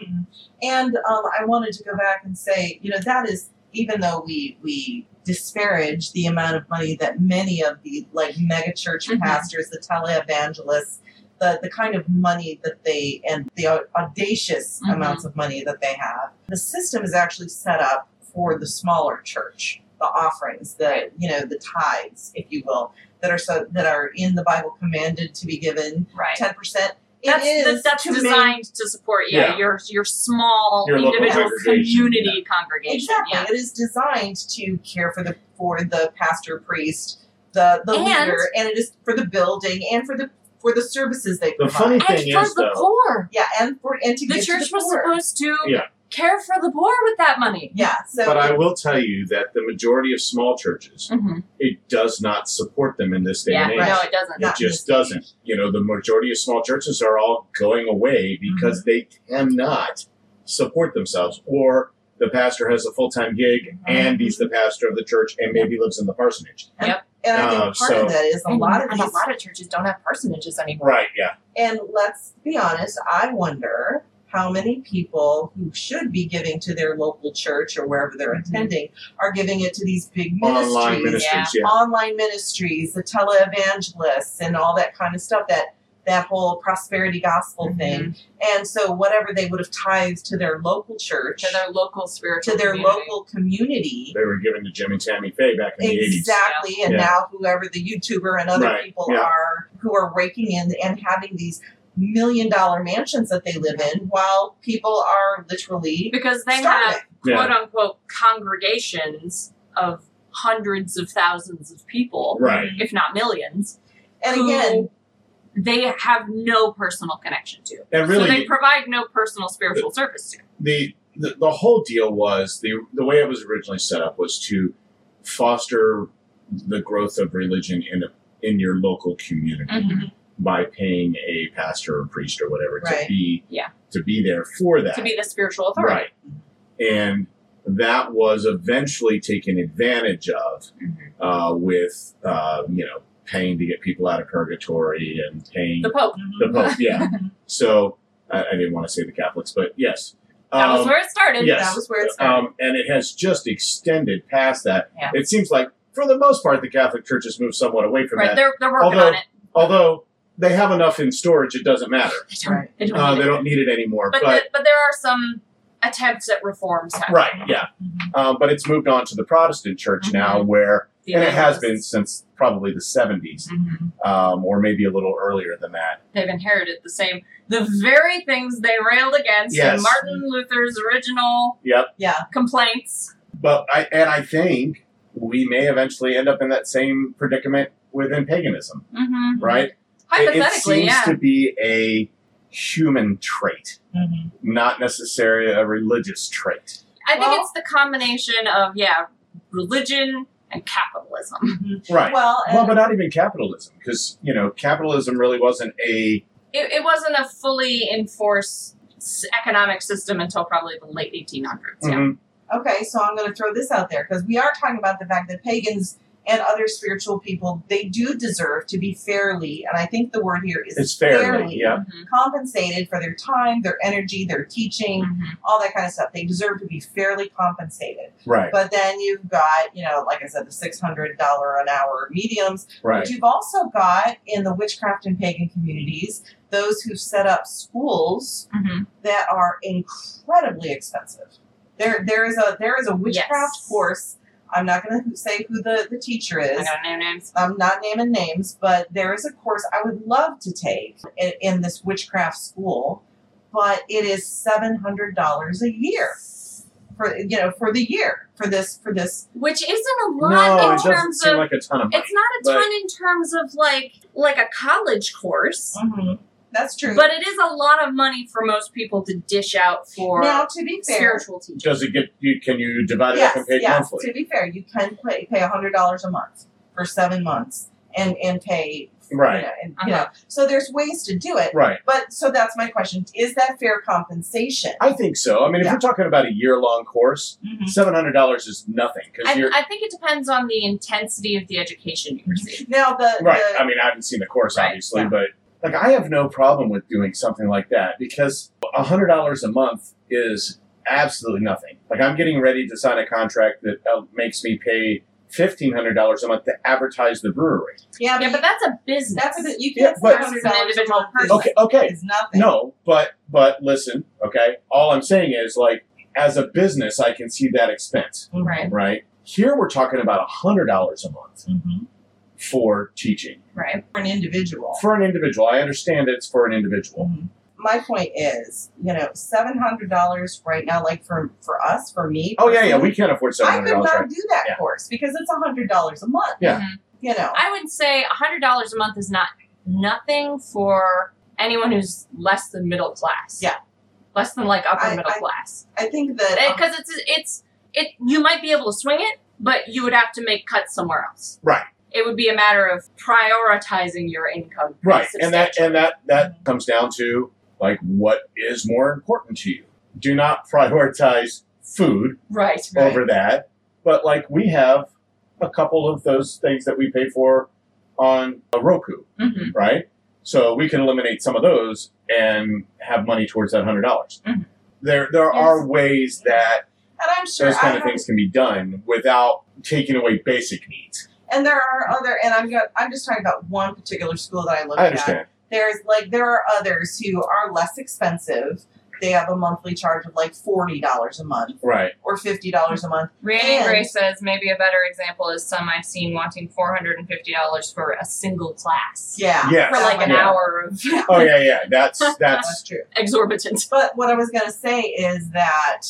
And um, I wanted to go back and say, you know, that is even though we we disparage the amount of money that many of the like mega church
Mhm.
pastors, the televangelists, the the kind of money that they and the au- audacious
Mhm.
amounts of money that they have, the system is actually set up for the smaller church, the offerings, the
Right.
you know, the tithes, if you will, that are so that are in the Bible commanded to be given
Right.
ten percent.
That's
it is
that- that's
to make-
designed to support yeah,
Yeah.
your your small
Your local
individual
congregation,
community congregation.
Exactly.
Yeah.
It is designed to care for the for the pastor, priest, the the
And-
leader, and it is for the building and for the for the services they
The
provide.
funny thing
And for
is,
the
though,
poor.
yeah, and for and to
The
give
church
to the
was
poor.
supposed to
Yeah.
care for the poor with that money.
Yeah. So
but I will tell you that the majority of small churches,
Mm-hmm.
it does not support them in this day
Yeah,
and age.
Right.
no, it doesn't.
Yeah.
It just doesn't. You know, the majority of small churches are all going away because they cannot support themselves, or the pastor has a full time gig and he's the pastor of the church and maybe lives in the parsonage.
and I think
uh,
part
so-
of that is a
And-
lot of
and
these
a lot of churches don't have parsonages anymore.
Right, yeah.
and let's be honest, I wonder how many people who should be giving to their local church or wherever they're
Mhm.
attending are giving it to these big
Online ministries, yeah.
online ministries, the televangelists, and all that kind of stuff. That that whole prosperity gospel
Mm-hmm.
thing. And so, whatever they would have tithed to their local church,
To their local spiritual
to their
community.
local community,
They were given to Jim and Tammy Faye back in
exactly. And
Yeah.
now, whoever the YouTuber and other
Right,
people
yeah.
are who are raking in and having these million dollar mansions that they live in, while people are literally
because they have
starving.
the 80s. Yeah.
quote unquote congregations of hundreds of thousands of people,
Right.
if not millions.
And
who
again,
they have no personal connection to.
And
so they
really,
provide no personal spiritual service to.
the, the the whole deal was the the way it was originally set up was to foster the growth of religion in a, in your local community.
Mm-hmm.
Mm-hmm.
by paying a pastor or priest or whatever to
Right.
be
Yeah.
to be there for that.
To be the spiritual authority.
right. And that was eventually taken advantage of
Mhm.
uh, with uh, you know paying to get people out of purgatory and paying
The Pope.
Mm-hmm.
the Pope. Yeah. so I, I didn't want to say the Catholics, but yes.
That was
Um,
where it started.
yes.
that was where it's
um, and it has just extended past that.
Yeah.
It seems like, for the most part, the Catholic Church has moved somewhat away from
Right.
that.
They're, they're working
Although-
on it.
Although they have enough in storage, it doesn't matter.
They don't,
Right.
they don't
Uh,
need
they
it.
don't need it anymore.
But,
But,
the, but there are some attempts at reforms happening.
right, yeah. Um, but it's moved on to the Protestant church now, where
The
and it has been
evangelists,
since probably the 70s,
mhm,
um, or maybe a little earlier than that.
They've inherited the same, the very things they railed against
Yes.
in Martin Luther's original
Yep.
yeah.
complaints.
But I and I think we may eventually end up in that same predicament within paganism,
hmm
Mm-hmm.
right? It-
Hypothetically,
it, seems
yeah.
to be a human trait,
Mhm.
not necessarily a religious trait.
I think
Well-
it's the combination of, yeah, religion and capitalism.
Right.
Well, and
Well, but not even capitalism, because you know, capitalism really wasn't a
It, it wasn't a fully enforced s- economic system until probably the late 1800s. Yeah.
mhm,
Okay, so I'm going to throw this out there because we are talking about the fact that pagans and other spiritual people they do deserve to be fairly, and I think the word here is
it's fairly, yeah.
Mhm.
compensated for their time, their energy, their teaching,
Mhm.
all that kind of stuff. They deserve to be fairly compensated.
Right,
But then you've got, you know, like I said, the six hundred dollar an hour mediums.
right.
But you've also got in the witchcraft and pagan communities those who've set up schools
Mhm.
that are incredibly expensive. There, there is a there is a witchcraft
Yes.
course. I'm not going to say who the, the teacher
I
is.
gotta name names.
I'm not naming names, but there is a course I would love to take in, in this witchcraft school, but it is seven hundred dollars a year for you know for the year for this for this.
Which isn't a lot
No,
in
it doesn't
terms
seem
of.
like a ton of money.
it's not a
but-
ton in terms of like like a college course,
That's true.
but it is a lot of money for most people to dish out for
now to be fair,
spiritual teaching.
Does it get you? Can you divide it up
yes,
and pay it
yes,
monthly?
To be fair, you can pay pay hundred dollars a month for seven months and and pay You
Right. Uh-huh.
know, and, you know, so there's ways to do it.
Right.
But so that's my question: Is that fair compensation?
I think so. I mean, if
Yeah. Mm-hmm.
you're talking about a year long course, seven hundred dollars is nothing because
I,
you're
I think it depends on the intensity of the education you receive.
Now the,
right.
the
I mean, I haven't seen the course
Right,
obviously,
yeah.
but like I have no problem with doing something like that because hundred dollars a month is absolutely nothing. Like I'm getting ready to sign a contract that uh, makes me pay fifteen hundred dollars a month to advertise the brewery.
yeah,
Yeah, but that's a business.
that's a bit, you
Yeah,
can't
but-
say hundred
It's an
dollars
individual person.
Okay. Okay.
is nothing.
No, but but listen, okay. All I'm saying is like as a business, I can see that expense,
Right,
Mm-hmm.
right? Here we're talking about hundred dollars a month
Mhm.
for teaching
right.
for an individual.
for an individual. I understand it's for an individual,
Mhm. My point is, you know, seven hundred dollars right now, like for for us, for me.
Oh yeah, yeah,
personally,
we can't afford seven
I could
hundred dollars.
not
Right?
do that
Yeah.
course because it's hundred dollars a month.
Yeah.
Mhm.
You know,
I would say $100 a month is not nothing for anyone who's less than middle class.
Yeah.
Less than like upper
I-
middle
I-
class.
I think that
Because it's, it's, it, you might be able to swing it, but you would have to make cuts somewhere else.
Right.
It would be a matter of prioritizing your income. pretty
Right, and that
substantially.
and that that comes down to like what is more important to you. Do not prioritize food
Right, right.
over that, but like we have a couple of those things that we pay for on a Roku.
Mhm.
right? So we can eliminate some of those and have money towards that hundred dollars.
Mm-hmm.
Mhm.
There, there
Yes.
are ways that
and I'm sure
those
I
kind of
have-
things can be done without taking away basic needs.
and there are other and I'm going I'm just talking about one particular school that I looked
I
at.
understand.
There's like there are others who are less expensive. They have a monthly charge of like forty dollars a month
Right.
or fifty dollars a month.
Randy
And-
Gray says maybe a better example is some I've seen wanting four hundred and fifty dollars for a single class.
Yeah.
Yes.
For like an
Yeah.
hour of
Oh yeah, yeah. That's
That's
that's
true.
exorbitant.
But what I was going to say is that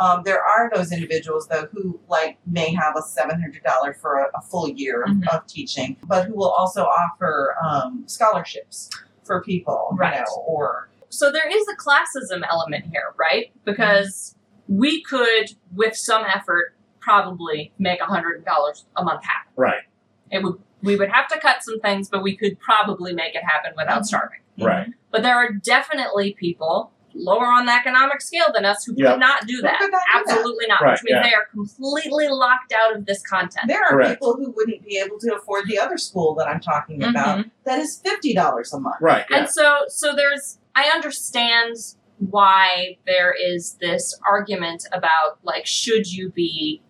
um, there are those individuals though who like may have a seven hundred dollar for a, a full year of,
Mhm.
of teaching, but who will also offer um, scholarships for people, you
Right.
know, or
So there is a classism element here, right? Because we could, with some effort, probably make hundred dollars a month happen.
right.
It would we would have to cut some things, but we could probably make it happen without
Mhm.
starving.
Right.
But there are definitely people lower on the economic scale than us who
Yeah.
could not do
Who
that.
could not do that.
Absolutely not.
Right,
which means
yeah.
they are completely locked out of this content.
There are
Correct.
people who wouldn't be able to afford the other school that I'm talking about
Mm-hmm.
that is fifty dollars a month.
Right. Yeah.
And so so there's I understand why there is this argument about like should you be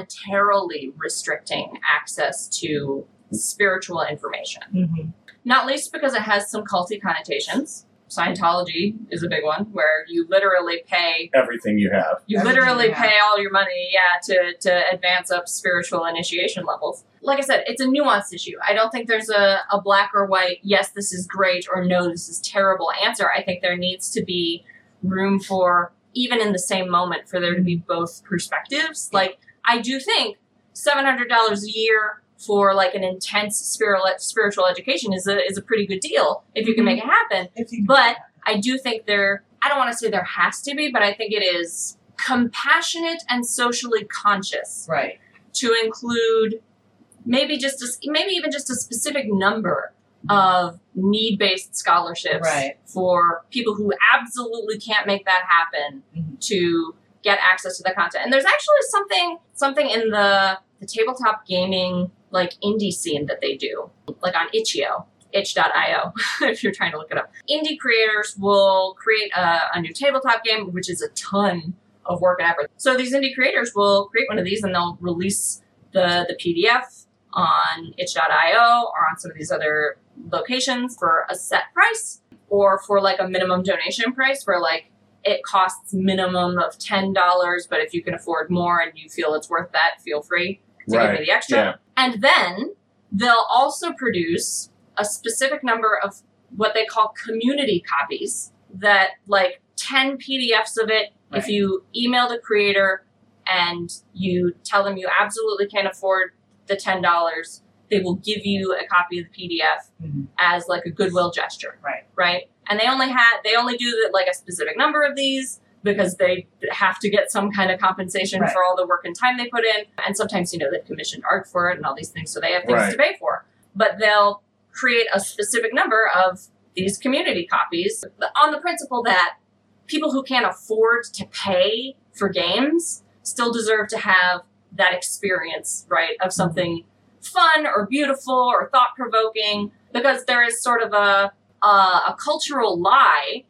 monetarily restricting access to spiritual information.
Mm-hmm.
Not least because it has some culty connotations. Scientology is a big one where you literally pay
Everything you have.
you
Everything
literally
you have.
pay all your money, yeah, to, to advance up spiritual initiation levels. Like I said, it's a nuanced issue. I don't think there's a, a black or white, yes, this is great, or no, this is terrible answer. I think there needs to be room for, even in the same moment, for there to be both perspectives. Like, I do think $700 a year for like an intense spiritual spiritual education is a is a pretty good deal if you can make it
Mm-hmm.
happen
If you
But- I do think there, I don't want to say there has to be, but I think it is compassionate and socially conscious
right,
to include maybe just a, maybe even just a specific number of need-based scholarships
Right.
for people who absolutely can't make that happen
Mhm.
to get access to the content. And there's actually something something in the the tabletop gaming like indie scene that they do, like on itch.io, itch.io, if you're trying to look it up. Indie creators will create a, a new tabletop game, which is a ton of work and effort. So these indie creators will create one of these and they'll release the, the PDF on itch.io or on some of these other locations for a set price or for like a minimum donation price where like it costs minimum of $10 but if you can afford more and you feel it's worth that feel free to give
Right.
me the extra
Yeah.
and then they'll also produce a specific number of what they call community copies that like 10 PDFs of it. If you email the creator and you tell them you absolutely can't afford the $10, they will give you a copy of the PDF
Mhm.
as like a goodwill gesture.
Right.
Right. And they only had they only do the, like a specific number of these because they have to get some kind of compensation
Right.
for all the work and time they put in. And sometimes, you know, they've commissioned art for it and all these things, so they have things
Right.
to pay for. But they'll create a specific number of these community copies on the principle that people who can't afford to pay for games still deserve to have that experience, right, of something fun or beautiful or thought provoking, because there is sort of a, a a cultural lie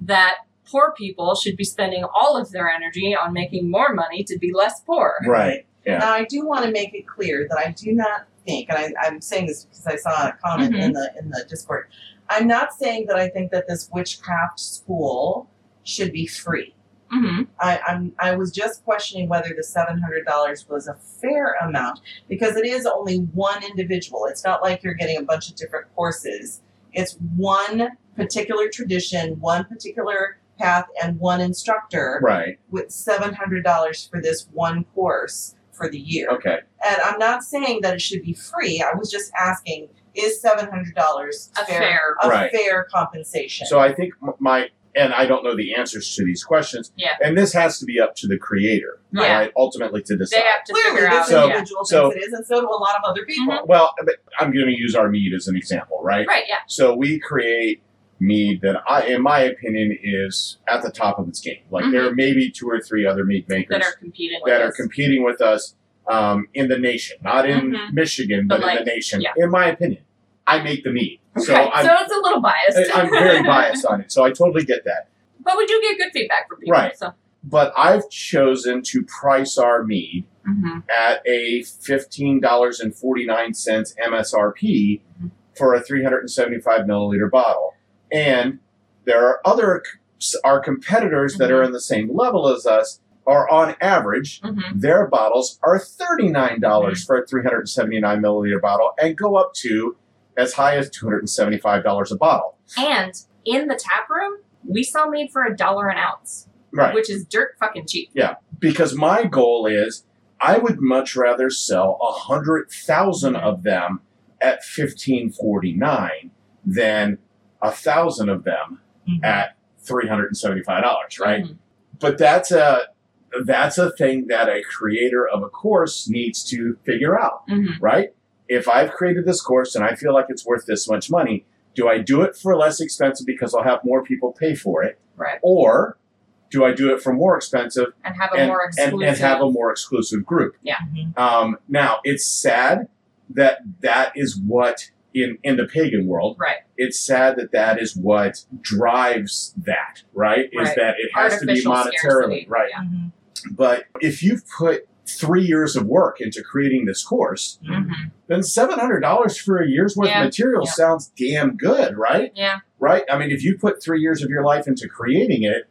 that poor people should be spending all of their energy on making more money to be less poor.
Right. Yeah.
Now, I do want to make it clear that I do not think, and I, I'm saying this because I saw a comment
Mm-hmm.
in the in the Discord. I'm not saying that I think that this witchcraft school should be free.
Mm-hmm.
I, I'm I was just questioning whether the seven hundred dollars was a fair amount because it is only one individual. It's not like you're getting a bunch of different courses. It's one particular tradition, one particular path, and one instructor
Right.
with seven hundred dollars for this one course for the year.
Okay.
And I'm not saying that it should be free. I was just asking: Is seven hundred dollars
A fair.
a
Right.
fair compensation?
So I think m- my and I don't know the answers to these questions.
Yeah.
And this has to be up to the creator,
Yeah.
right? Ultimately to
They
decide.
have to
Clearly,
figure out.
this
So-
yeah.
individual
so-
thinks it is, and so do a lot of other people.
well, but I'm going to use our mead as an example, right?
Right, yeah.
So we create mead that I, in my opinion, is at the top of its game. Like there are maybe two or three other mead makers
Mm-hmm. That are competing with
that are
us.
competing with us um, in the nation, not in
Mhm.
Michigan,
But
but,
like,
in the nation.
yeah.
In my opinion, I make the mead, so
okay,
I'm
so it's a little biased.
I- I'm very biased on it. So I totally get that.
but we do get good feedback from people.
Right.
So.
But I've chosen to price our mead
Mhm.
at a fifteen dollars and forty nine cents MSRP for a three hundred and seventy five milliliter bottle, and there are other our competitors that are in the same level as us are on average
Mhm.
their bottles are $39 dollars for a 379 milliliter bottle and go up to as high as $275 a bottle.
And in the tap room, we sell mead for a dollar an ounce,
Right.
which is dirt fucking cheap.
Because my goal is I would much rather sell 100,000 of them at 1549 than a 1,000 of them
Mhm.
at $375, right?
Mm-hmm.
but that's a that's a thing that a creator of a course needs to figure out
Mhm.
right if i've created this course and i feel like it's worth this much money do i do it for less expensive because i'll have more people pay for it
Right.
or do i do it for more expensive
And have a
and,
more
and-
exclusive.
and have a more exclusive group
Mhm.
um, now it's sad that that is what in in the pagan world
right.
it's sad that that is what drives that right is
Right.
that it has to be
Artificial
monetarily
scarcity.
right
Yeah.
Mhm.
but if you've put three years of work into creating this course,
Mhm.
then seven hundred dollars for a year's worth
Yeah.
of material
Yeah.
sounds damn good, right?
Yeah.
Right? I mean, if you put three years of your life into creating it,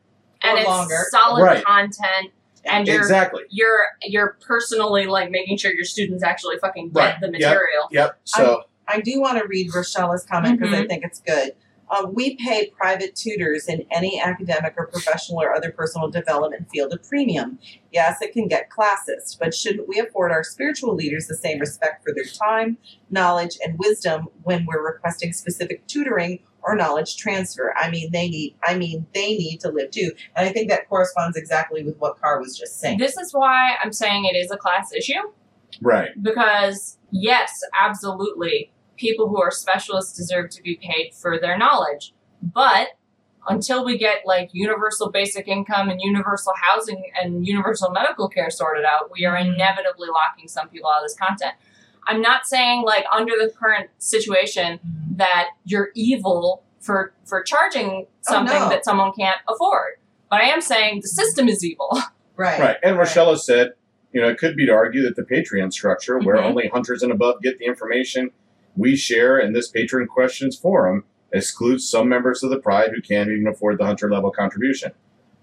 And
Or
it's
longer.
solid
Right.
content. And you're,
exactly.
you're you're personally like making sure your students actually fucking get
Right.
the
Yep.
material.
Yep. So
I do want to read Rochella's comment because I
Mm-hmm.
Mhm.
think it's good. Um, we pay private tutors in any academic or professional or other personal development field a premium. Yes, it can get classist, but shouldn't we afford our spiritual leaders the same respect for their time, knowledge, and wisdom when we're requesting specific tutoring or knowledge transfer? I mean, they need. I mean, they need to live too, and I think that corresponds exactly with what Carr was just saying.
This is why I'm saying it is a class issue.
right.
because yes, absolutely, people who are specialists deserve to be paid for their knowledge. But until we get like universal basic income and universal housing and universal medical care sorted out, we are inevitably locking some people out of this content. I'm not saying like under the current situation that you're evil for for charging something
no.
that someone can't afford. But I am saying the system is evil.
Right.
Right. And
Right.
Rochella said, you know, it could be to argue that the Patreon structure, where
Mhm.
only hunters and above get the information we share in this patron questions forum, excludes some members of the pride who can't even afford the hunter level contribution.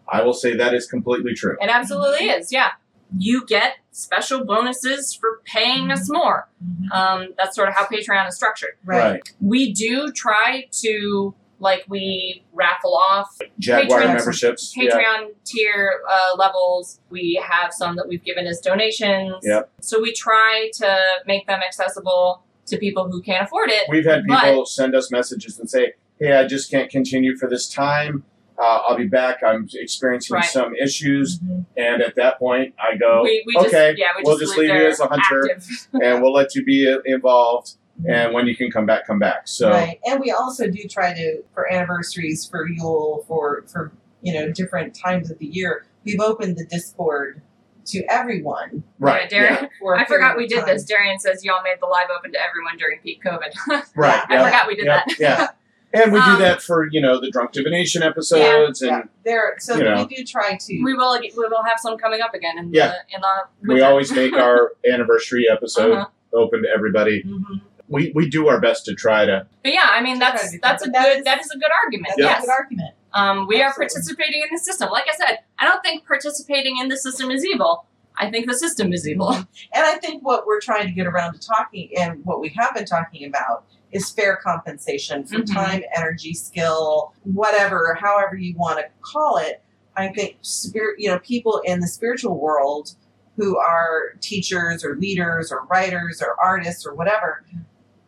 I will say that is completely true.
It absolutely is, yeah. You get special bonuses for paying us more.
Mhm.
Um, that's sort of how Patreon is structured.
Right.
We do try to, like, we raffle off
Jaguar
Patreon-
memberships.
Patreon tier uh, levels. We have some that we've given as donations.
Yep.
So we try to make them accessible to people who can't afford it.
We've had
But-
people send us messages and say, "Hey, I just can't continue for this time. Uh, I'll be back. I'm experiencing
Right.
some issues."
Mhm.
And at that point, I go,
we, we
okay,
just, yeah, we
we'll
just
just leave you
their
as a hunter.
active.
"And we'll let you be involved." and when you can come back, come back. So
Right. And we also do try to for anniversaries, for Yule, for for you know different times of the year. We've opened the Discord to everyone.
right,
Yeah, Darren.
yeah,
For a
I forgot we did
period of
this. Darian says y'all made the live open to everyone during peak COVID.
right,
I
yeah,
forgot we did
yeah,
that.
yeah. And we
Um,
do that for you know the drunk divination episodes,
time. Yeah,
and
there. So
you know.
we do try to.
We will we will have some coming up again in
Yeah.
the in the
we
winter.
always make our anniversary episode
Uh-huh.
open to everybody.
Mhm.
We we do our best to try to
But yeah, I mean
Try to
that's
be
that's a
fair. That
good
is-
that is a good argument. Yes.
That's a good argument.
Um, we are
Absolutely.
participating in the system. Like I said, I don't think participating in the system is evil. I think the system is evil.
Mm-hmm.
And I think what we're trying to get around to talking and what we have been talking about is fair compensation for
Mhm.
time, energy, skill, whatever, however you want to call it. I think spirit, you know, people in the spiritual world who are teachers or leaders or writers or artists or whatever,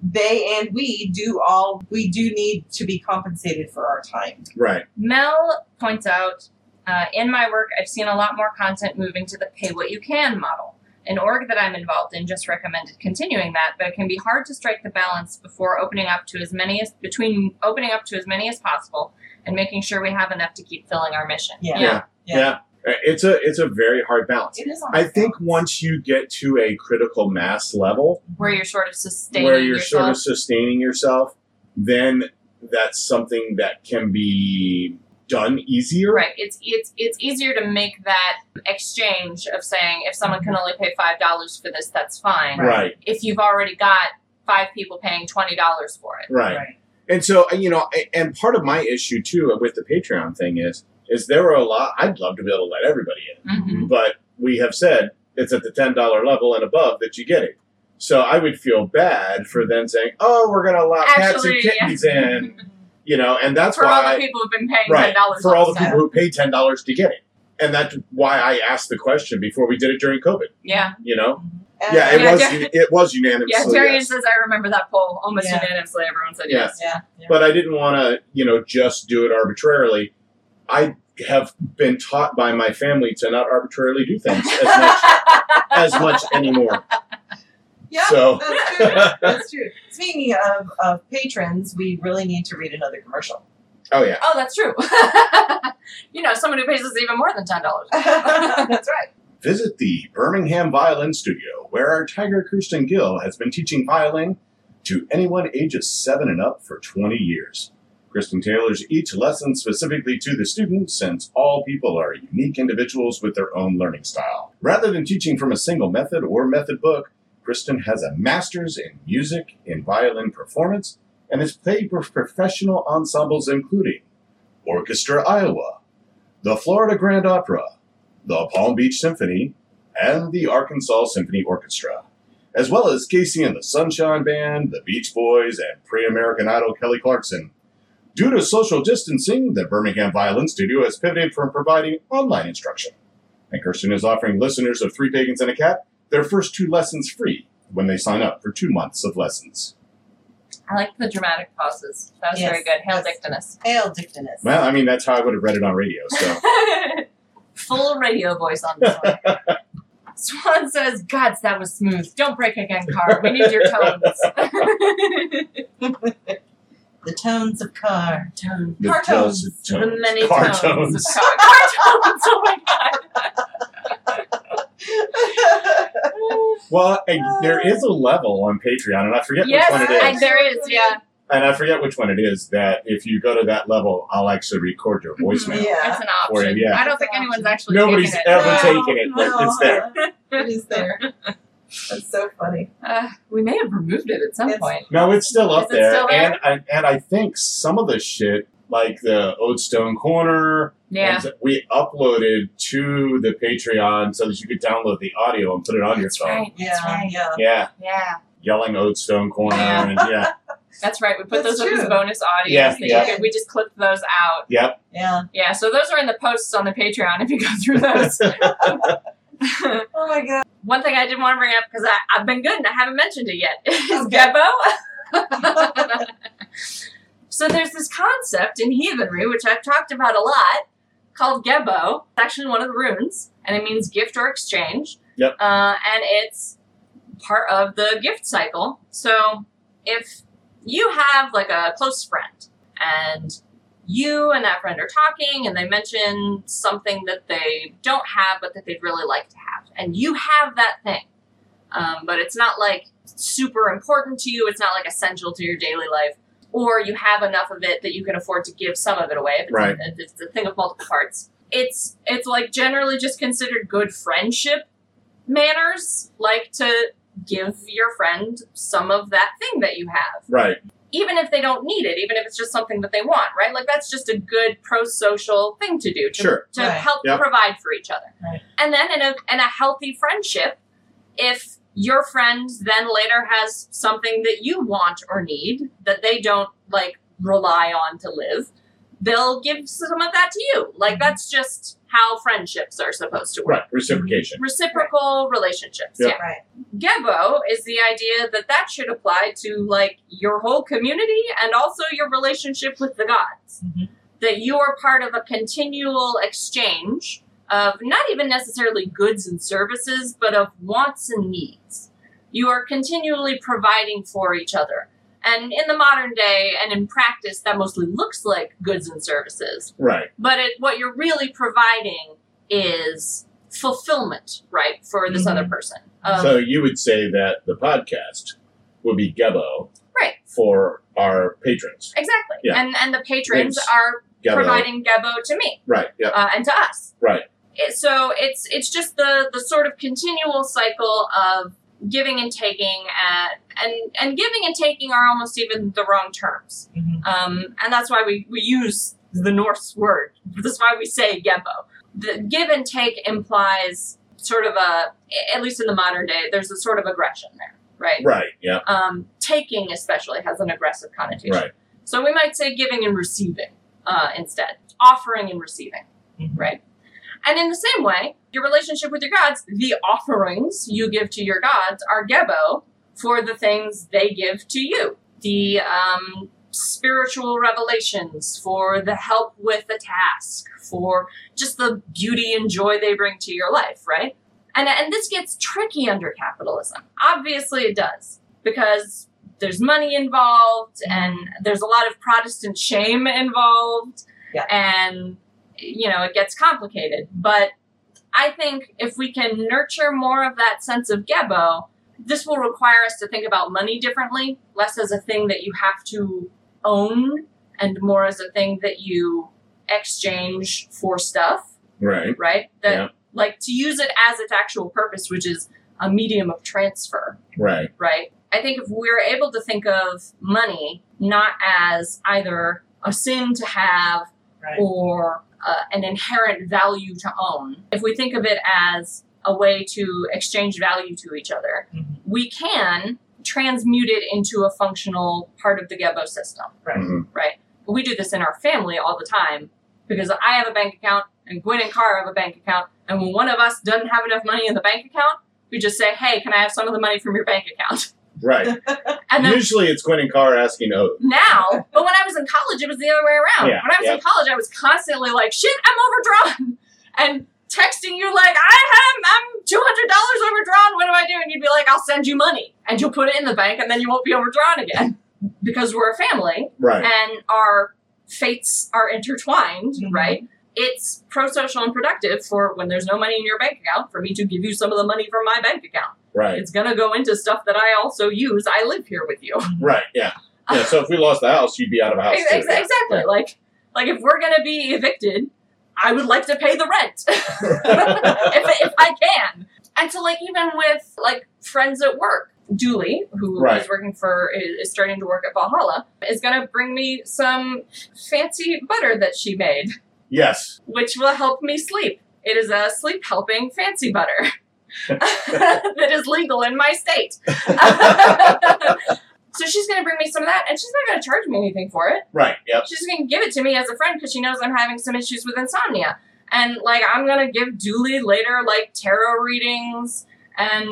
they and we do all we do need to be compensated for our time.
right.
Mel points out uh, in my work, I've seen a lot more content moving to the pay what you can model. An org that I'm involved in just recommended continuing that, but it can be hard to strike the balance before opening up to as many as between opening up to as many as possible and making sure we have enough to keep filling our mission.
Yeah.
Yeah. It's a it's a very hard balance.
It is.
I think once you get to a critical mass level
where you're sort of sustaining
where you're
yourself.
sort of sustaining yourself, then that's something that can be done easier.
Right. It's it's it's easier to make that exchange of saying if someone can only pay five dollars for this, that's fine.
Right.
If you've already got five people paying twenty dollars for it.
Right. And so uh, you know, a- and part of my issue too with the Patreon thing is is there are a lot. I'd love to be able to let everybody in,
Mm-hmm.
but we have said it's at the ten dollar level and above that you get it. So I would feel bad for then saying, "Oh, we're going to allow cats and
Actually, yeah.
kittens in," you know, and that's
for
why
all the people who've been paying
right
ten dollars
for all the people who paid ten dollars to get it, and that's why I asked the question before we did it during COVID.
Yeah.
You know,
And-
yeah, it
Uh, Yeah,
was
Dar-
it was
Yeah,
unanimously.
Darian
yes.
says I remember that poll almost
Yeah.
unanimously. Everyone said
Yeah.
yes.
yeah, yeah.
but I didn't want to, you know, just do it arbitrarily. I have been taught by my family to not arbitrarily do things as much, as much anymore.
Yeah,
So- oh,
that's true. That's true. Speaking of, of patrons, we really need to read another commercial.
Oh yeah,
Oh, that's true. you know, someone who pays us even more than ten dollars.
that's right.
visit the Birmingham Violin Studio, where our Tiger Kirsten Gill has been teaching violin to anyone ages seven and up for 20 years. Kristen tailors each lesson specifically to the student since all people are unique individuals with their own learning style. Rather than teaching from a single method or method book, Kristen has a master's in music in violin performance and has played with professional ensembles including Orchestra Iowa, the Florida Grand Opera, the Palm Beach Symphony, and the Arkansas Symphony Orchestra, as well as Casey and the Sunshine Band, the Beach Boys, and pre American Idol Kelly Clarkson. Due to social distancing, the Birmingham Violin Studio has pivoted from providing online instruction. And Kirsten is offering listeners of Three Pagans and a Cat their first two lessons free when they sign up for two months of lessons.
I like the dramatic pauses. That was
Yes.
very good. Hail
Yes.
Dictinus.
Hail Dictinus.
Well, I mean, that's how I would have read it on radio, so.
Full radio voice on this one. Swan says, Gods, that was smooth. Don't break again, Car. We need your tones.
the tones of car.
tones.
The
Cartoons.
tones,
The many tones.
Cartones.
Of car. car tones. Oh my god.
Well, I, there is a level on Patreon, and I forget
yes,
which one it is.
I, there is, yeah.
and I forget which one it is that if you go to that level, I'll actually record
Mm-hmm.
your voicemail.
yeah.
It's an
Or,
option.
yeah.
I don't think anyone's actually
Nobody's
taken it. Uh,
ever
No,
taken it, but
no.
it's there.
Oh. It is there. That's so funny.
Uh, we may have removed it at some
It's-
point.
No, it's still up
Is it
there,
still there?
and I, and I think some of the shit like the Oatstone Corner,
Yeah.
and we uploaded to the Patreon so that you could download the audio and put it on your
That's
phone.
right.
Yeah,
That's right.
yeah.
Yeah,
Yeah.
yelling Oatstone Corner,
Yeah.
and yeah,
That's right. We put
That's
those up as
true.
bonus audios.
Yeah,
that you
yeah.
could- we just clipped those out.
yep,
Yeah.
Yeah, so those are in the posts on the Patreon if you go through those.
Oh my god.
One thing I did want to bring up because I've been good and I haven't mentioned it yet is
Okay.
Gebo. so there's this concept in heathenry, which I've talked about a lot, called Gebo. It's actually one of the runes, and it means gift or exchange.
Yep.
Uh, and it's part of the gift cycle. So if you have like a close friend and you and that friend are talking and they mention something that they don't have but that they'd really like to have and you have that thing um, but it's not like super important to you it's not like essential to your daily life or you have enough of it that you can afford to give some of it away if it's,
Right.
if it's a thing of multiple parts it's it's like generally just considered good friendship manners like to give your friend some of that thing that you have
Right.
even if they don't need it, even if it's just something that they want, right? Like that's just a good pro-social thing to do to,
Sure.
to
Right.
help
Yep.
provide for each other.
Right.
And then in a in a healthy friendship, if your friend then later has something that you want or need that they don't like rely on to live, they'll give some of that to you. Like that's just how friendships are supposed to work.
Right. Reciprocation.
Reciprocal relationships.
Yep.
Yeah.
Right.
Gebo is the idea that that should apply to like your whole community and also your relationship with the gods.
Mhm.
That you are part of a continual exchange of not even necessarily goods and services, but of wants and needs. You are continually providing for each other. And in the modern day and in practice, that mostly looks like goods and services
Right.
but it, what you're really providing is fulfillment, right, for this
Mhm.
other person. Um,
so you would say that the podcast would be Gebo
right,
for our patrons.
exactly.
Yeah.
And and the patrons
Thanks.
are
Gebo.
providing Gebo to me
Right. Yeah.
uh, and to us.
Right.
It- so it's it's just the the sort of continual cycle of giving and taking and and, and giving and taking are almost even the wrong terms.
Mhm.
Um, and that's why we, we use the Norse word. That's why we say gebo. The give and take implies sort of a, at least in the modern day, there's a sort of aggression there, right?
Right. Yeah.
Um, taking especially has an aggressive connotation.
Right.
So we might say giving and receiving uh, instead, offering and receiving,
Mhm.
right? And in the same way, your relationship with your gods, the offerings you give to your gods are gebo for the things they give to you. The um, spiritual revelations, for the help with a task, for just the beauty and joy they bring to your life, right? And, and this gets tricky under capitalism. Obviously, it does. Because there's money involved and there's a lot of Protestant shame involved.
Yeah.
And, you know, it gets complicated. But I think if we can nurture more of that sense of Gebo, this will require us to think about money differently, less as a thing that you have to own and more as a thing that you exchange for stuff,
Right.
right? That
Yeah.
like to use it as its actual purpose, which is a medium of transfer
Right.
right? I think if we're able to think of money not as either a sin to have
Right.
or uh, an inherent value to own, if we think of it as a way to exchange value to each other,
Mhm.
we can transmute it into a functional part of the Gebo system.
Mhm.
We do this in our family all the time because I have a bank account and Gwen and Car have a bank account, and when one of us doesn't have enough money in the bank account, we just say, "Hey, can I have some of the money from your bank account?"
Right.
And then
Usually it's Gwen and Carr asking oh, Oath.
now, but when I was in college, it was the other way around.
Yeah,
when I was
yeah.
in college, I was constantly like, "Shit, I'm overdrawn," and texting you like, "I have, I'm two hundred dollars overdrawn. What do I do?" And you'd be like, "I'll send you money, and you'll put it in the bank, and then you won't be overdrawn again." Because we're a family,
Right.
and our fates are intertwined,
Mm-hmm.
Mhm.
right? It's pro social and productive for when there's no money in your bank account for me to give you some of the money from my bank account.
Right.
It's gonna go into stuff that I also use. I live here with you.
Right. Yeah. Yeah. So if we lost the house, you'd be out of a house.
Ex-
too.
ex- exactly.
Yeah.
Like, like if we're gonna be evicted, I would like to pay the rent if, if I can. And so, like, even with like friends at work, Dooley, who is
Right.
working for, is is starting to work at Valhalla, is gonna bring me some fancy butter that she made,
yes.
which will help me sleep. It is a sleep helping fancy butter that is legal in my state. so she's gonna bring me some of that, and she's not gonna charge me anything for it
Right. Yep.
she's gonna give it to me as a friend because she knows I'm having some issues with insomnia. And like I'm gonna give Dooley later like tarot readings and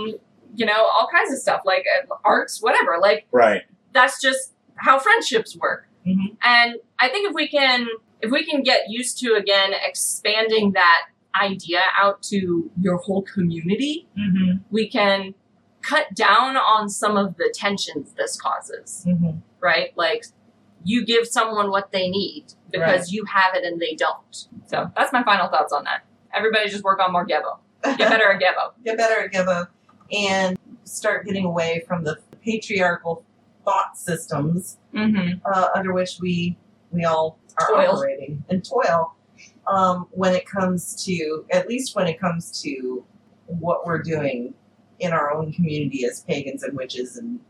you know all kinds of stuff like uh, arts, whatever. Like
Right.
that's just how friendships work.
Mhm.
And I think if we can if we can get used to again expanding that idea out to your whole community,
Mhm.
we can cut down on some of the tensions this causes,
Mhm.
right? Like you give someone what they need because you have it and they don't. So that's my final thoughts on that. Everybody just work on more Gebo. Get better at Gebo.
get better at Gibbo and start getting away from the patriarchal thought systems
Mm-hmm.
uh, under which we we all are
Toil.
operating and toil um, when it comes to at least when it comes to what we're doing in our own community as pagans and witches and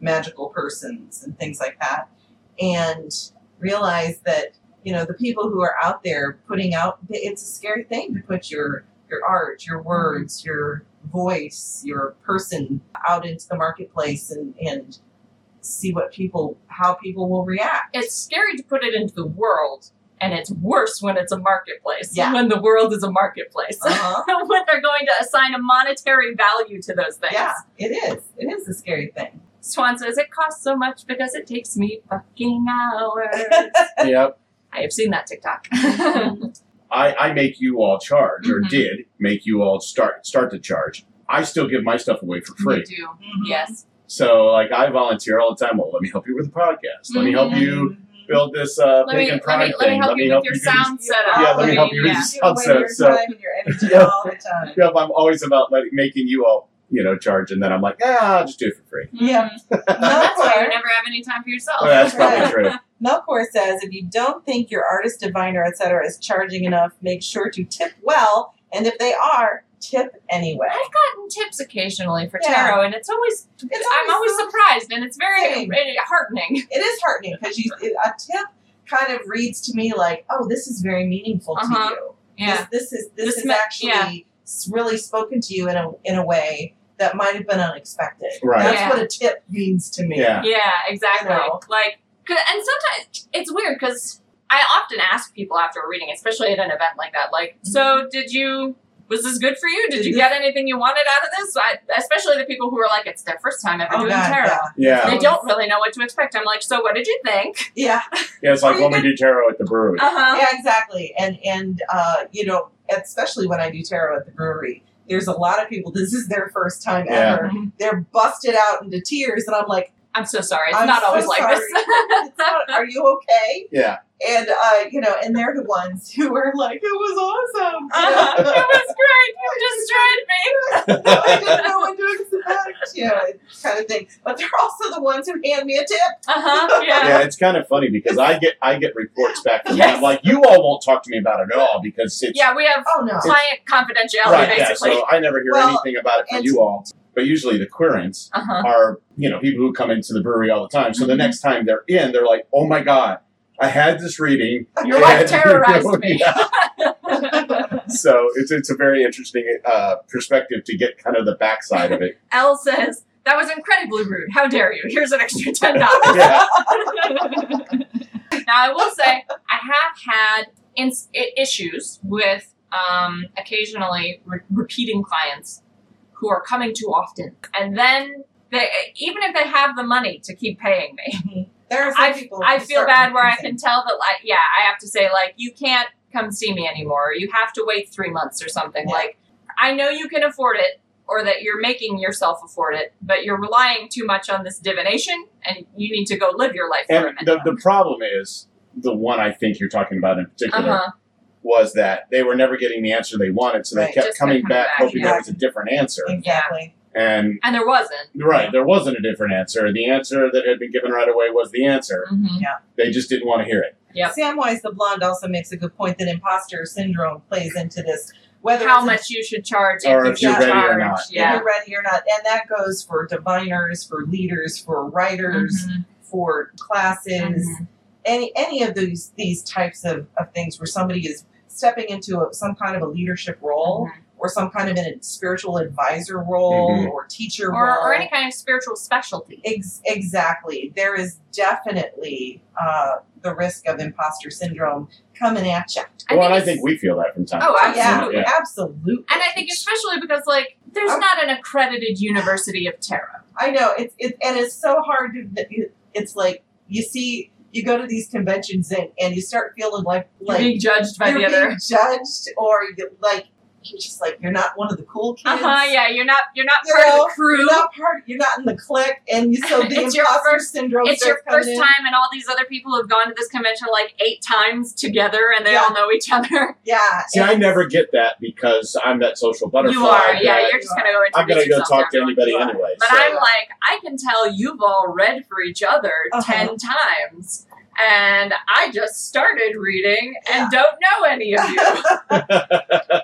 magical persons and things like that and realize that you know the people who are out there putting out it's a scary thing to put your your art your words your voice your person out into the marketplace and and see what people how people will react
It's scary to put it into the world, and it's worse when it's a marketplace.
Yeah.
When the world is a marketplace.
uh-huh.
when they're going to assign a monetary value to those things.
Yeah, it is. It is a scary thing.
Swan says it costs so much because it takes me fucking hours.
Yep.
I have seen that TikTok.
I, I make you all charge, or
Mhm.
did make you all start start to charge. I still give my stuff away for free.
You do.
Mm-hmm.
Yes.
So like I volunteer all the time. Well, let me help you with the podcast. Let me help you build this uh,
Mm-hmm. Let me
pagan
let me
pride
let me
thing.
help you with your
do this-
sound setup.
Yeah, let me help you with
Yeah.
this-
Give away
Oh, So-
your
so-
time and your energy
Yeah.
all the time.
Yep, I'm always about like, making you all you know charge, and then I'm like, ah, I'll just do it for free.
Yeah.
Mhm. That's why you
Melkor,
never have any time for yourself.
Oh, that's
right.
probably true.
Melkor says, if you don't think your artist, diviner, etc. is charging enough, make sure to tip well, and if they are, tip anyway.
I've gotten tips occasionally for
Yeah.
tarot, and it's always,
It's
I'm always
so-
surprised, and it's very
Same.
uh, heartening.
It is heartening because you a tip kind of reads to me like, oh, this is very meaningful
Uh-huh.
to you.
Yeah,
This, this is this,
This
is
ma-
actually
yeah.
s- really spoken to you in a in a way that might have been unexpected.
Right.
That's
Yeah.
what a tip means to me.
Yeah.
yeah, exactly.
No.
Like, 'cause- and sometimes it's weird because I often ask people after a reading, especially at an event like that, like,
Mm-hmm.
so did you? Was this good for you? Did
Did
you
this-
get anything you wanted out of this? I, especially the people who are like, it's their first time ever
Oh
doing
God,
tarot.
yeah.
Yeah,
They don't really know what to expect. I'm like, so what did you think?
Yeah,
yeah. It's like when we do tarot at the brewery.
Uh huh.
yeah, exactly. And and uh, you know, especially when I do tarot at the brewery, there's a lot of people. This is their first time
Yeah.
ever. They're busted out into tears, and I'm like,
I'm so sorry. It's
I'm
not
so
always like
sorry.
this.
It's not- are you okay?
Yeah,
And uh, you know, and they're the ones who are like, it was awesome.
Uh-huh. it was great. You destroyed me.
no, I didn't know what to expect. You know, kind of thing. But they're also the ones who hand me a tip.
Uh huh. Yeah.
yeah. It's kind of funny because I get I get reports back from
Yes.
them like, you all won't talk to me about it at all because it's
Yeah, we have
Oh no.
client confidentiality,
right. Yeah,
basically.
so I never hear
Well,
anything about it from
and-
you all. But usually the querents
uh huh.
are you know people who come into the brewery all the time. So the
Mhm.
next time they're in, they're like, oh my god, I had this reading.
Your wife
And-
terrorized me.
so it's it's a very interesting uh, perspective to get kind of the backside of it.
Elle says, That was incredibly rude. How dare you? Here's an extra $10. now,
Yeah,
I will say, I have had ins- i- issues with um, occasionally re- repeating clients who are coming too often. And then, they, even if they have the money to keep paying me,
There are some
I,
people.
I
who
feel
start
bad where I
thinking,
can tell that like yeah I have to say like you can't come see me anymore or you have to wait three months or something
Yeah.
like I know you can afford it or that you're making yourself afford it but you're relying too much on this divination and you need to go live your life for a
and the
minute
the problem is the one I think you're talking about in particular
uh-huh
was that they were never getting the answer they wanted, so they
Right.
kept
Just kept
coming
coming
back,
back,
hoping
yeah.
there was a different answer.
Exactly.
And
and there wasn't
right, there wasn't a different answer. The answer that had been given right away was the answer.
Mhm.
They just didn't want to hear it.
Yep.
Samwise the Blonde also makes a good point that imposter syndrome plays into this. Whether
how
it's
much you should charge
Or
if
if
you
you're
charge
ready or not.
if
yeah Mm-hmm.
you're ready or not, and that goes for diviners, for leaders, for writers,
Mhm.
for classes,
Mhm.
any any of these these types of, of things where somebody is stepping into a, some kind of a leadership role
Mhm.
or some kind of a spiritual advisor role
Mhm.
or teacher
or,
role
or any kind of spiritual specialty
Ex- exactly there is definitely uh, the risk of imposter syndrome coming at you
I
well, and I
think
think
it's-
we feel that from time.
Oh,
to time.
yeah,
absolutely.
Yeah.
absolutely
and I think especially because like there's
Oh.
not an accredited university of tarot
I know it's it, and it's so hard to. It's like you see, you go to these conventions and, and you start feeling like
You're
like
being judged by
you're
the other
being judged or you, like he's just like, you're not one of the cool kids.
Uh huh. Yeah, you're not. You're not
You
part
know,
of the crew.
You're not part. You're not in the clique, and you- so the
It's
imposter
your first-
syndrome.
it's your
starts
first
coming in.
time, and all these other people who've gone to this convention like eight times together, and they
Yeah.
all know each other.
Yeah.
See, I
and-
never get that because I'm that social butterfly.
you are, yeah.
that
You're just gonna go.
I'm gonna
introduce
go
yourself
talk to
everyone.
anybody
You are.
anyway.
But
so-
I'm like, I can tell you've all read for each other
Uh-huh.
ten times, and I just started reading and don't know any of you.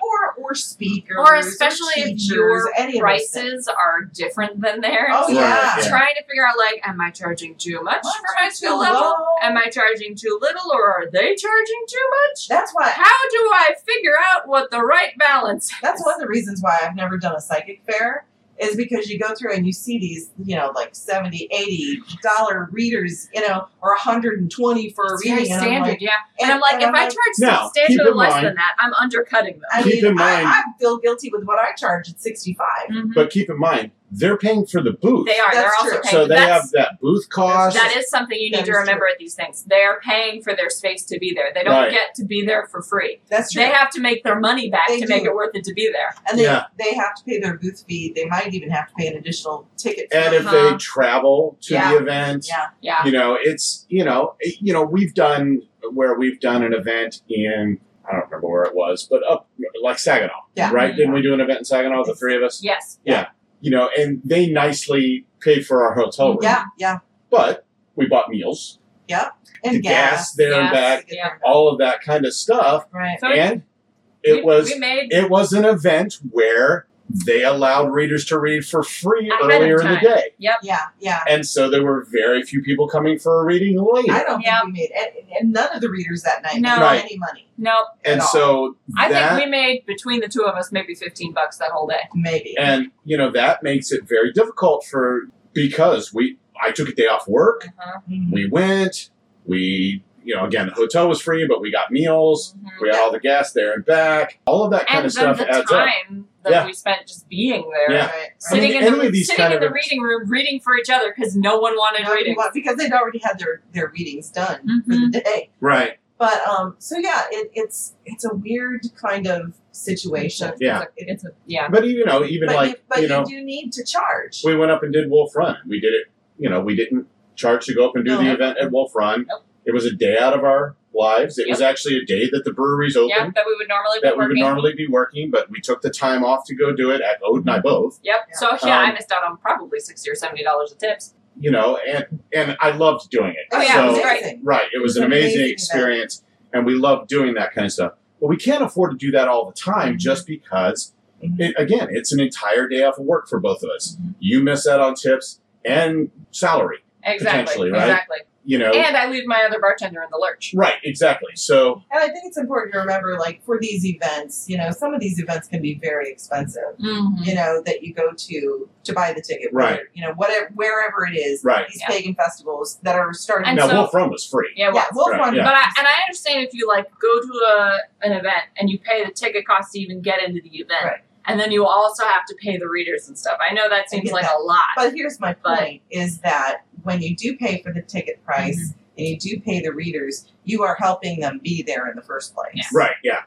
or or speakers,
or especially
or
if
teachers,
your
any of those things.
prices are different than theirs.
Oh
Right,
yeah.
yeah.
Trying to figure out like, am I charging too much
What?
for my skill
Too
level?
low?
Am I charging too little, or are they charging too much?
That's why.
How do I figure out what the right balance? Is?
That's one of the reasons why I've never done a psychic fair is because you go through and you see these, you know, like 70, 80 dollar readers, you know, or 120 for a
It's
reading.
very
and I'm
standard,
like-
yeah. And, I'm like, if
I'm
i
like,
charge
Now, keep
substantially
in
less
mind-
than that, I'm undercutting them.
I
Keep
mean,
in mind-
I, I feel guilty with what I charge at 65.
Mhm.
but keep in mind, they're paying for the booth.
They are. They're
That's
also
true.
paying.
So they
that's-
have that booth cost.
That is something you
That
need to
is
remember at these things. They are paying for their space to be there. They don't
Right.
get to be there for free.
That's true.
They have to make their money back
They
to make
do.
it worth it to be there.
and they,
Yeah.
they have to pay their booth fee. They might even have to pay an additional ticket. fee.
and if they
Uh-huh.
travel to
Yeah.
the event,
yeah,
Yeah.
you know, it's you know, it- you know, we've done where we've done an event in I don't remember where it was, but up like Saginaw,
Yeah.
right? Didn't we do an event in Saginaw? The three of us,
Yes.
you know, and they nicely paid for our hotel room,
yeah, yeah,
but we bought meals,
and
the gas, there and
Gas.
back,
Yeah.
all of that kind of stuff,
Right.
So
and
we-
it was
we made
it was an event where they allowed readers to read for free
Ahead of
earlier in the
time.
day.
Yeah, yeah.
And so there were very few people coming for a reading late.
I don't
Yeah.
think we made and, and none of the readers that night
No.
made
Right.
any money.
no.
and
at all.
so
I
that
think we made between the two of us maybe fifteen bucks that whole day.
Maybe.
and you know that makes it very difficult for because we I took a day off work.
Mhm.
We went. We you know again the hotel was free, but we got meals.
Mm-hmm.
We had all the gas there and back. All of that kind
And
of stuff
then the
adds up.
time that
Yeah.
we spent just being there.
Yeah.
Right, right.
I mean,
Sitting in
any
the,
of these
sitting
kind
in
of
the
events-
reading room, reading for each other because no one wanted
Nobody
reading.
wa- because they'd already had their, their readings done for
Mm-hmm.
the day.
Right.
But um, so yeah, it, it's it's a weird kind of situation.
Yeah.
It's a, yeah.
But you know even
but
like
you, but
you know
do need to charge.
we went up and did Wolf Run. We did it. You know we didn't charge to go up and do
No.
the event at Wolf Run.
Nope.
It was a day out of our lives. It was actually a day that the breweries open.
Yeah, that we would normally be
that we would
working.
normally be working, but we took the time off to go do it at Ode and I both,
Yep.
Yeah.
So yeah, I
Um,
missed out on probably sixty or seventy dollars of tips.
you know, and and I loved doing it.
Oh, yeah, it was
so,
great.
amazing.
right, it was an amazing, experience, and we loved doing that kind of stuff. But we can't afford to do that all the time
Mm-hmm.
Mhm.
just because,
Mhm.
it, again, it's an entire day off of work for both of us.
Mm-hmm.
You miss out on tips and salary,
Exactly.
potentially, right?
Exactly.
you know.
And I leave my other bartender in the lurch.
right, exactly. So,
And I think it's important to remember, like for these events, you know, some of these events can be very expensive.
Mm-hmm.
You know that you go to to buy the ticket,
Right.
whether- You know, whatever wherever it is,
Right.
These
Yeah.
pagan festivals that are starting.
And
now
so-
Wolf Run was free.
Yeah.
yeah,
Well,
Wolf
Right,
Run-
yeah.
But I, and I understand if you like go to a an event and you pay the ticket cost to even get into the event,
Right.
and then you also have to pay the readers and stuff. I know that seems
get
like
that.
a lot.
But here's my
But-
point is that when you do pay for the ticket price
Mm-hmm.
and you do pay the readers, you are helping them be there in the first place.
Yeah.
Right, yeah.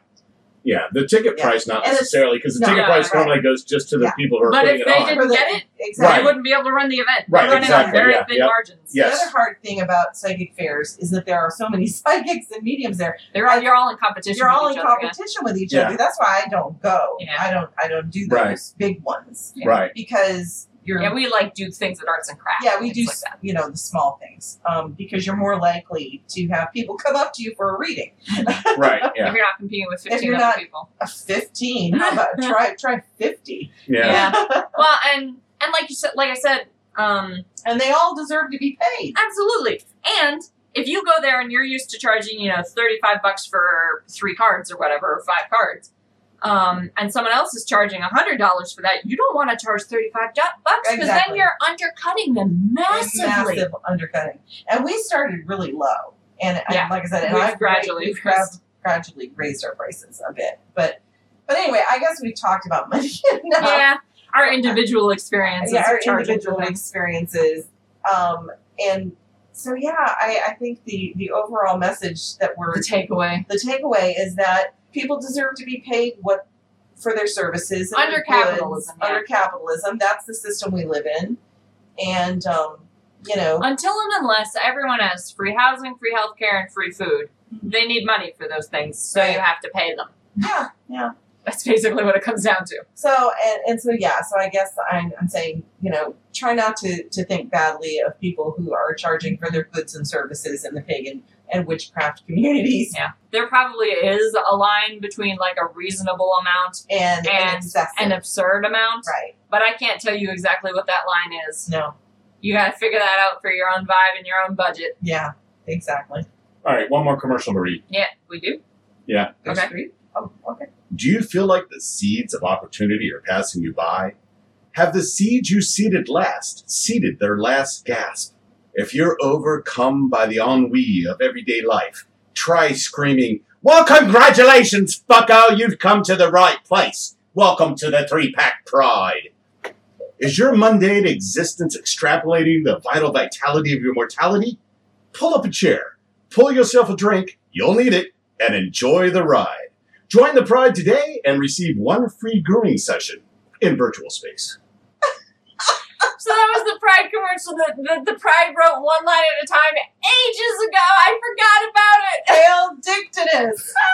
Yeah, the ticket
Yeah.
price not
And it's-
necessarily because the
no,
ticket
yeah,
price
right.
normally goes just to the
Yeah.
people who are
But
putting
if
it
they
on.
didn't-
For the-
get it?
Exactly.
They wouldn't be able to run the event.
Right,
They're running
exactly,
on very
yeah,
thin
yep.
margins.
Yeah.
The
Yes.
other hard thing about psychic fairs is that there are so many psychics and mediums there.
They're all, you're all in competition.
You're
with
all
each
in
other, yeah.
competition with each
Yeah.
other. That's why I don't go.
Yeah.
I don't I don't do those
Right.
big ones
Yeah.
Right.
because you're
Yeah, we like do things at arts and crafts.
yeah,
and
we do
things
s-
like
you know the small things um, because you're more likely to have people come up to you for a reading.
Right.
that.
Yeah.
If you're not competing with
If
fifteen
you're
other
not-
people.
A fifteen, how about try try fifty?
Yeah.
well, and and like you said, like I said, um,
and they all deserve to be paid.
absolutely. And if you go there and you're used to charging, you know, thirty five bucks for three cards or whatever, or five cards. Um, and someone else is charging hundred dollars for that. You don't want to charge thirty-five bucks because then
Exactly.
you're undercutting them massively.
massive undercutting. And we started really low. And I-
Yeah.
like I said, and
We've
I've
gradually
we've
raised-
gra- gradually raised our prices a bit. But but anyway, I guess we talked about money enough.
Yeah, our individual experiences.
Yeah,
of
our
charging
individual
for things.
experiences. Um, and so yeah, I, I think the the overall message that we're
the takeaway.
the takeaway is that people deserve to be paid what for their services and
Under
goods,
capitalism, yeah.
Under capitalism, that's the system we live in, and um, you know,
Until and unless everyone has free housing, free healthcare, and free food, they need money for those things, so you
Mm-hmm. Right.
have to pay them.
yeah, yeah.
That's basically what it comes down to.
So and, and so yeah, so I guess I'm, I'm saying you know try not to to think badly of people who are charging for their goods and services in the pagan and witchcraft communities
Yeah. There probably is a line between like a reasonable amount
and
And-
excessive.
and absurd amount,
right?
but I can't tell you exactly what that line is.
No,
You got to figure that out for your own vibe and your own budget.
yeah, exactly.
All right, one more commercial to read.
Yeah, we do.
Yeah.
There's
Okay.
three. Oh, okay.
Do you feel like the seeds of opportunity are passing you by? Have the seeds you seeded last seeded their last gasp? If you're overcome by the ennui of everyday life, try screaming, Well, congratulations, bucko! You've come to the right place. Welcome to the three pack pride. Is your mundane existence extrapolating the vital vitality of your mortality? Pull up a chair, pull yourself a drink, you'll need it, and enjoy the ride. Join the Pride today and receive one free grooming session in virtual space.
So that was the Pride commercial that the, the Pride wrote one line at a time ages ago. I forgot about it.
Ale Dictinus.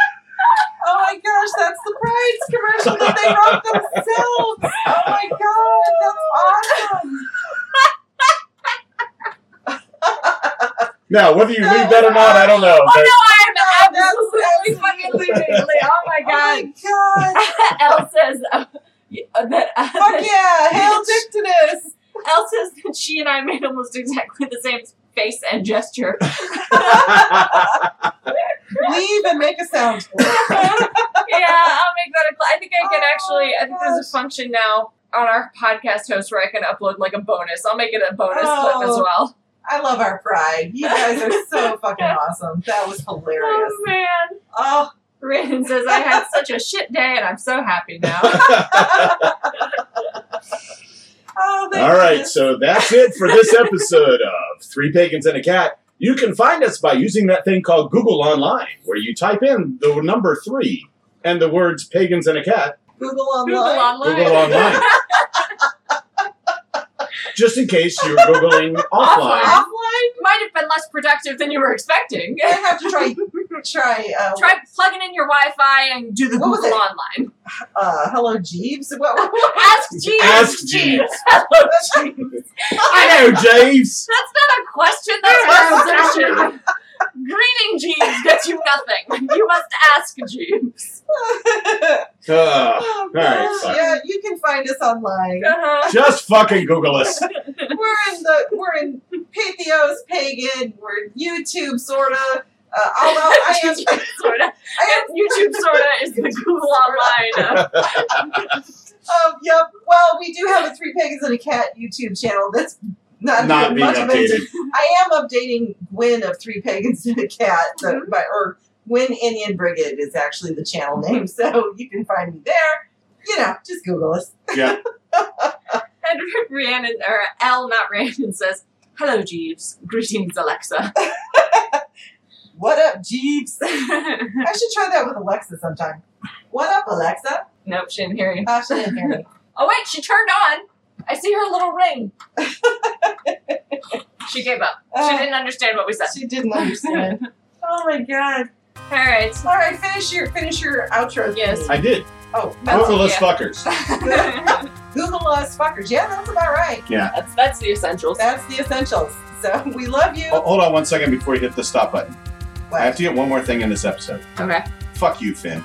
Oh my gosh, that's the Pride's commercial that they wrote themselves. Oh my god, that's awesome.
Now, whether you leave that or not, I don't know.
Oh
But
no, I'm
That's-
absolutely fucking losing. it. Oh my god.
Oh my god.
Elle says uh, uh, that, uh,
Fuck
that
yeah, Hail Dictinus.
Elle says that she and I made almost exactly the same face and gesture.
Leave and make a sound.
yeah, I'll make that. A cl- I think I can
Oh,
actually. I think there's a
gosh.
function now on our podcast host where I can upload like a bonus. I'll make it a bonus clip as
Oh,
well.
I love our Pride. You guys are so fucking awesome. That was hilarious.
Oh man,
Oh,
Raiden says I had such a shit day and I'm so happy now.
oh thank
All right,
you.
so that's it for this episode of Three Pagans and a Cat. You can find us by using that thing called Google Online, where you type in the number three and the words pagans and a cat,
Google
Google
online.
online.
Google Online. just in case you're Googling offline.
Offline?
Might have been less productive than you were expecting.
I have to try try uh,
Try plugging in your Wi-Fi and do the
What was
Google
it?
online.
uh, hello Jeeves. What, what,
Ask Jeeves.
Ask Jeeves.
what-
I know, Jeeves.
That's not a question, that's an assertion. Greeting Jeeves gets you nothing. You must ask Jeeves.
Ugh.
Oh,
Uh, right,
gosh.
sorry.
yeah, you can find us online.
Uh-huh.
just fucking Google us.
We're in the we're in Pantheos Pagan. We're YouTube sorta. Uh, although I am,
YouTube sorta.
I am
YouTube sorta is the Google online. uh,
um, yep. Well, we do have a Three Pagans and a Cat YouTube channel. That's not,
Not being
much of it.
updated.
I am updating Gwen of Three Pagans and a Cat, so, by, or Gwen Indian Brigade is actually the channel name, so you can find me there. You know, just Google us.
And Rhiannon, or L, not Rhiannon, says, Hello, Jeeves. Greetings, Alexa.
What up, Jeeves?
nope,
I should try that with Alexa sometime. What up, Alexa?
she didn't hear you.
Oh, she didn't hear me.
Oh, wait, she turned on. I see her little ring. she gave up. She
Uh,
didn't understand what we said.
she didn't understand. oh my god!
All right.
All right, finish your finish your outro.
Yes.
I did.
Oh,
Oh.
that's,
Google us
yeah.
fuckers.
Google us, fuckers. Yeah, that's about right.
that's, that's the essentials.
That's the essentials. So we love you.
Oh, hold on one second before you hit the stop button. I
What?
have to get one more thing in this episode.
Okay.
Fuck you, Finn.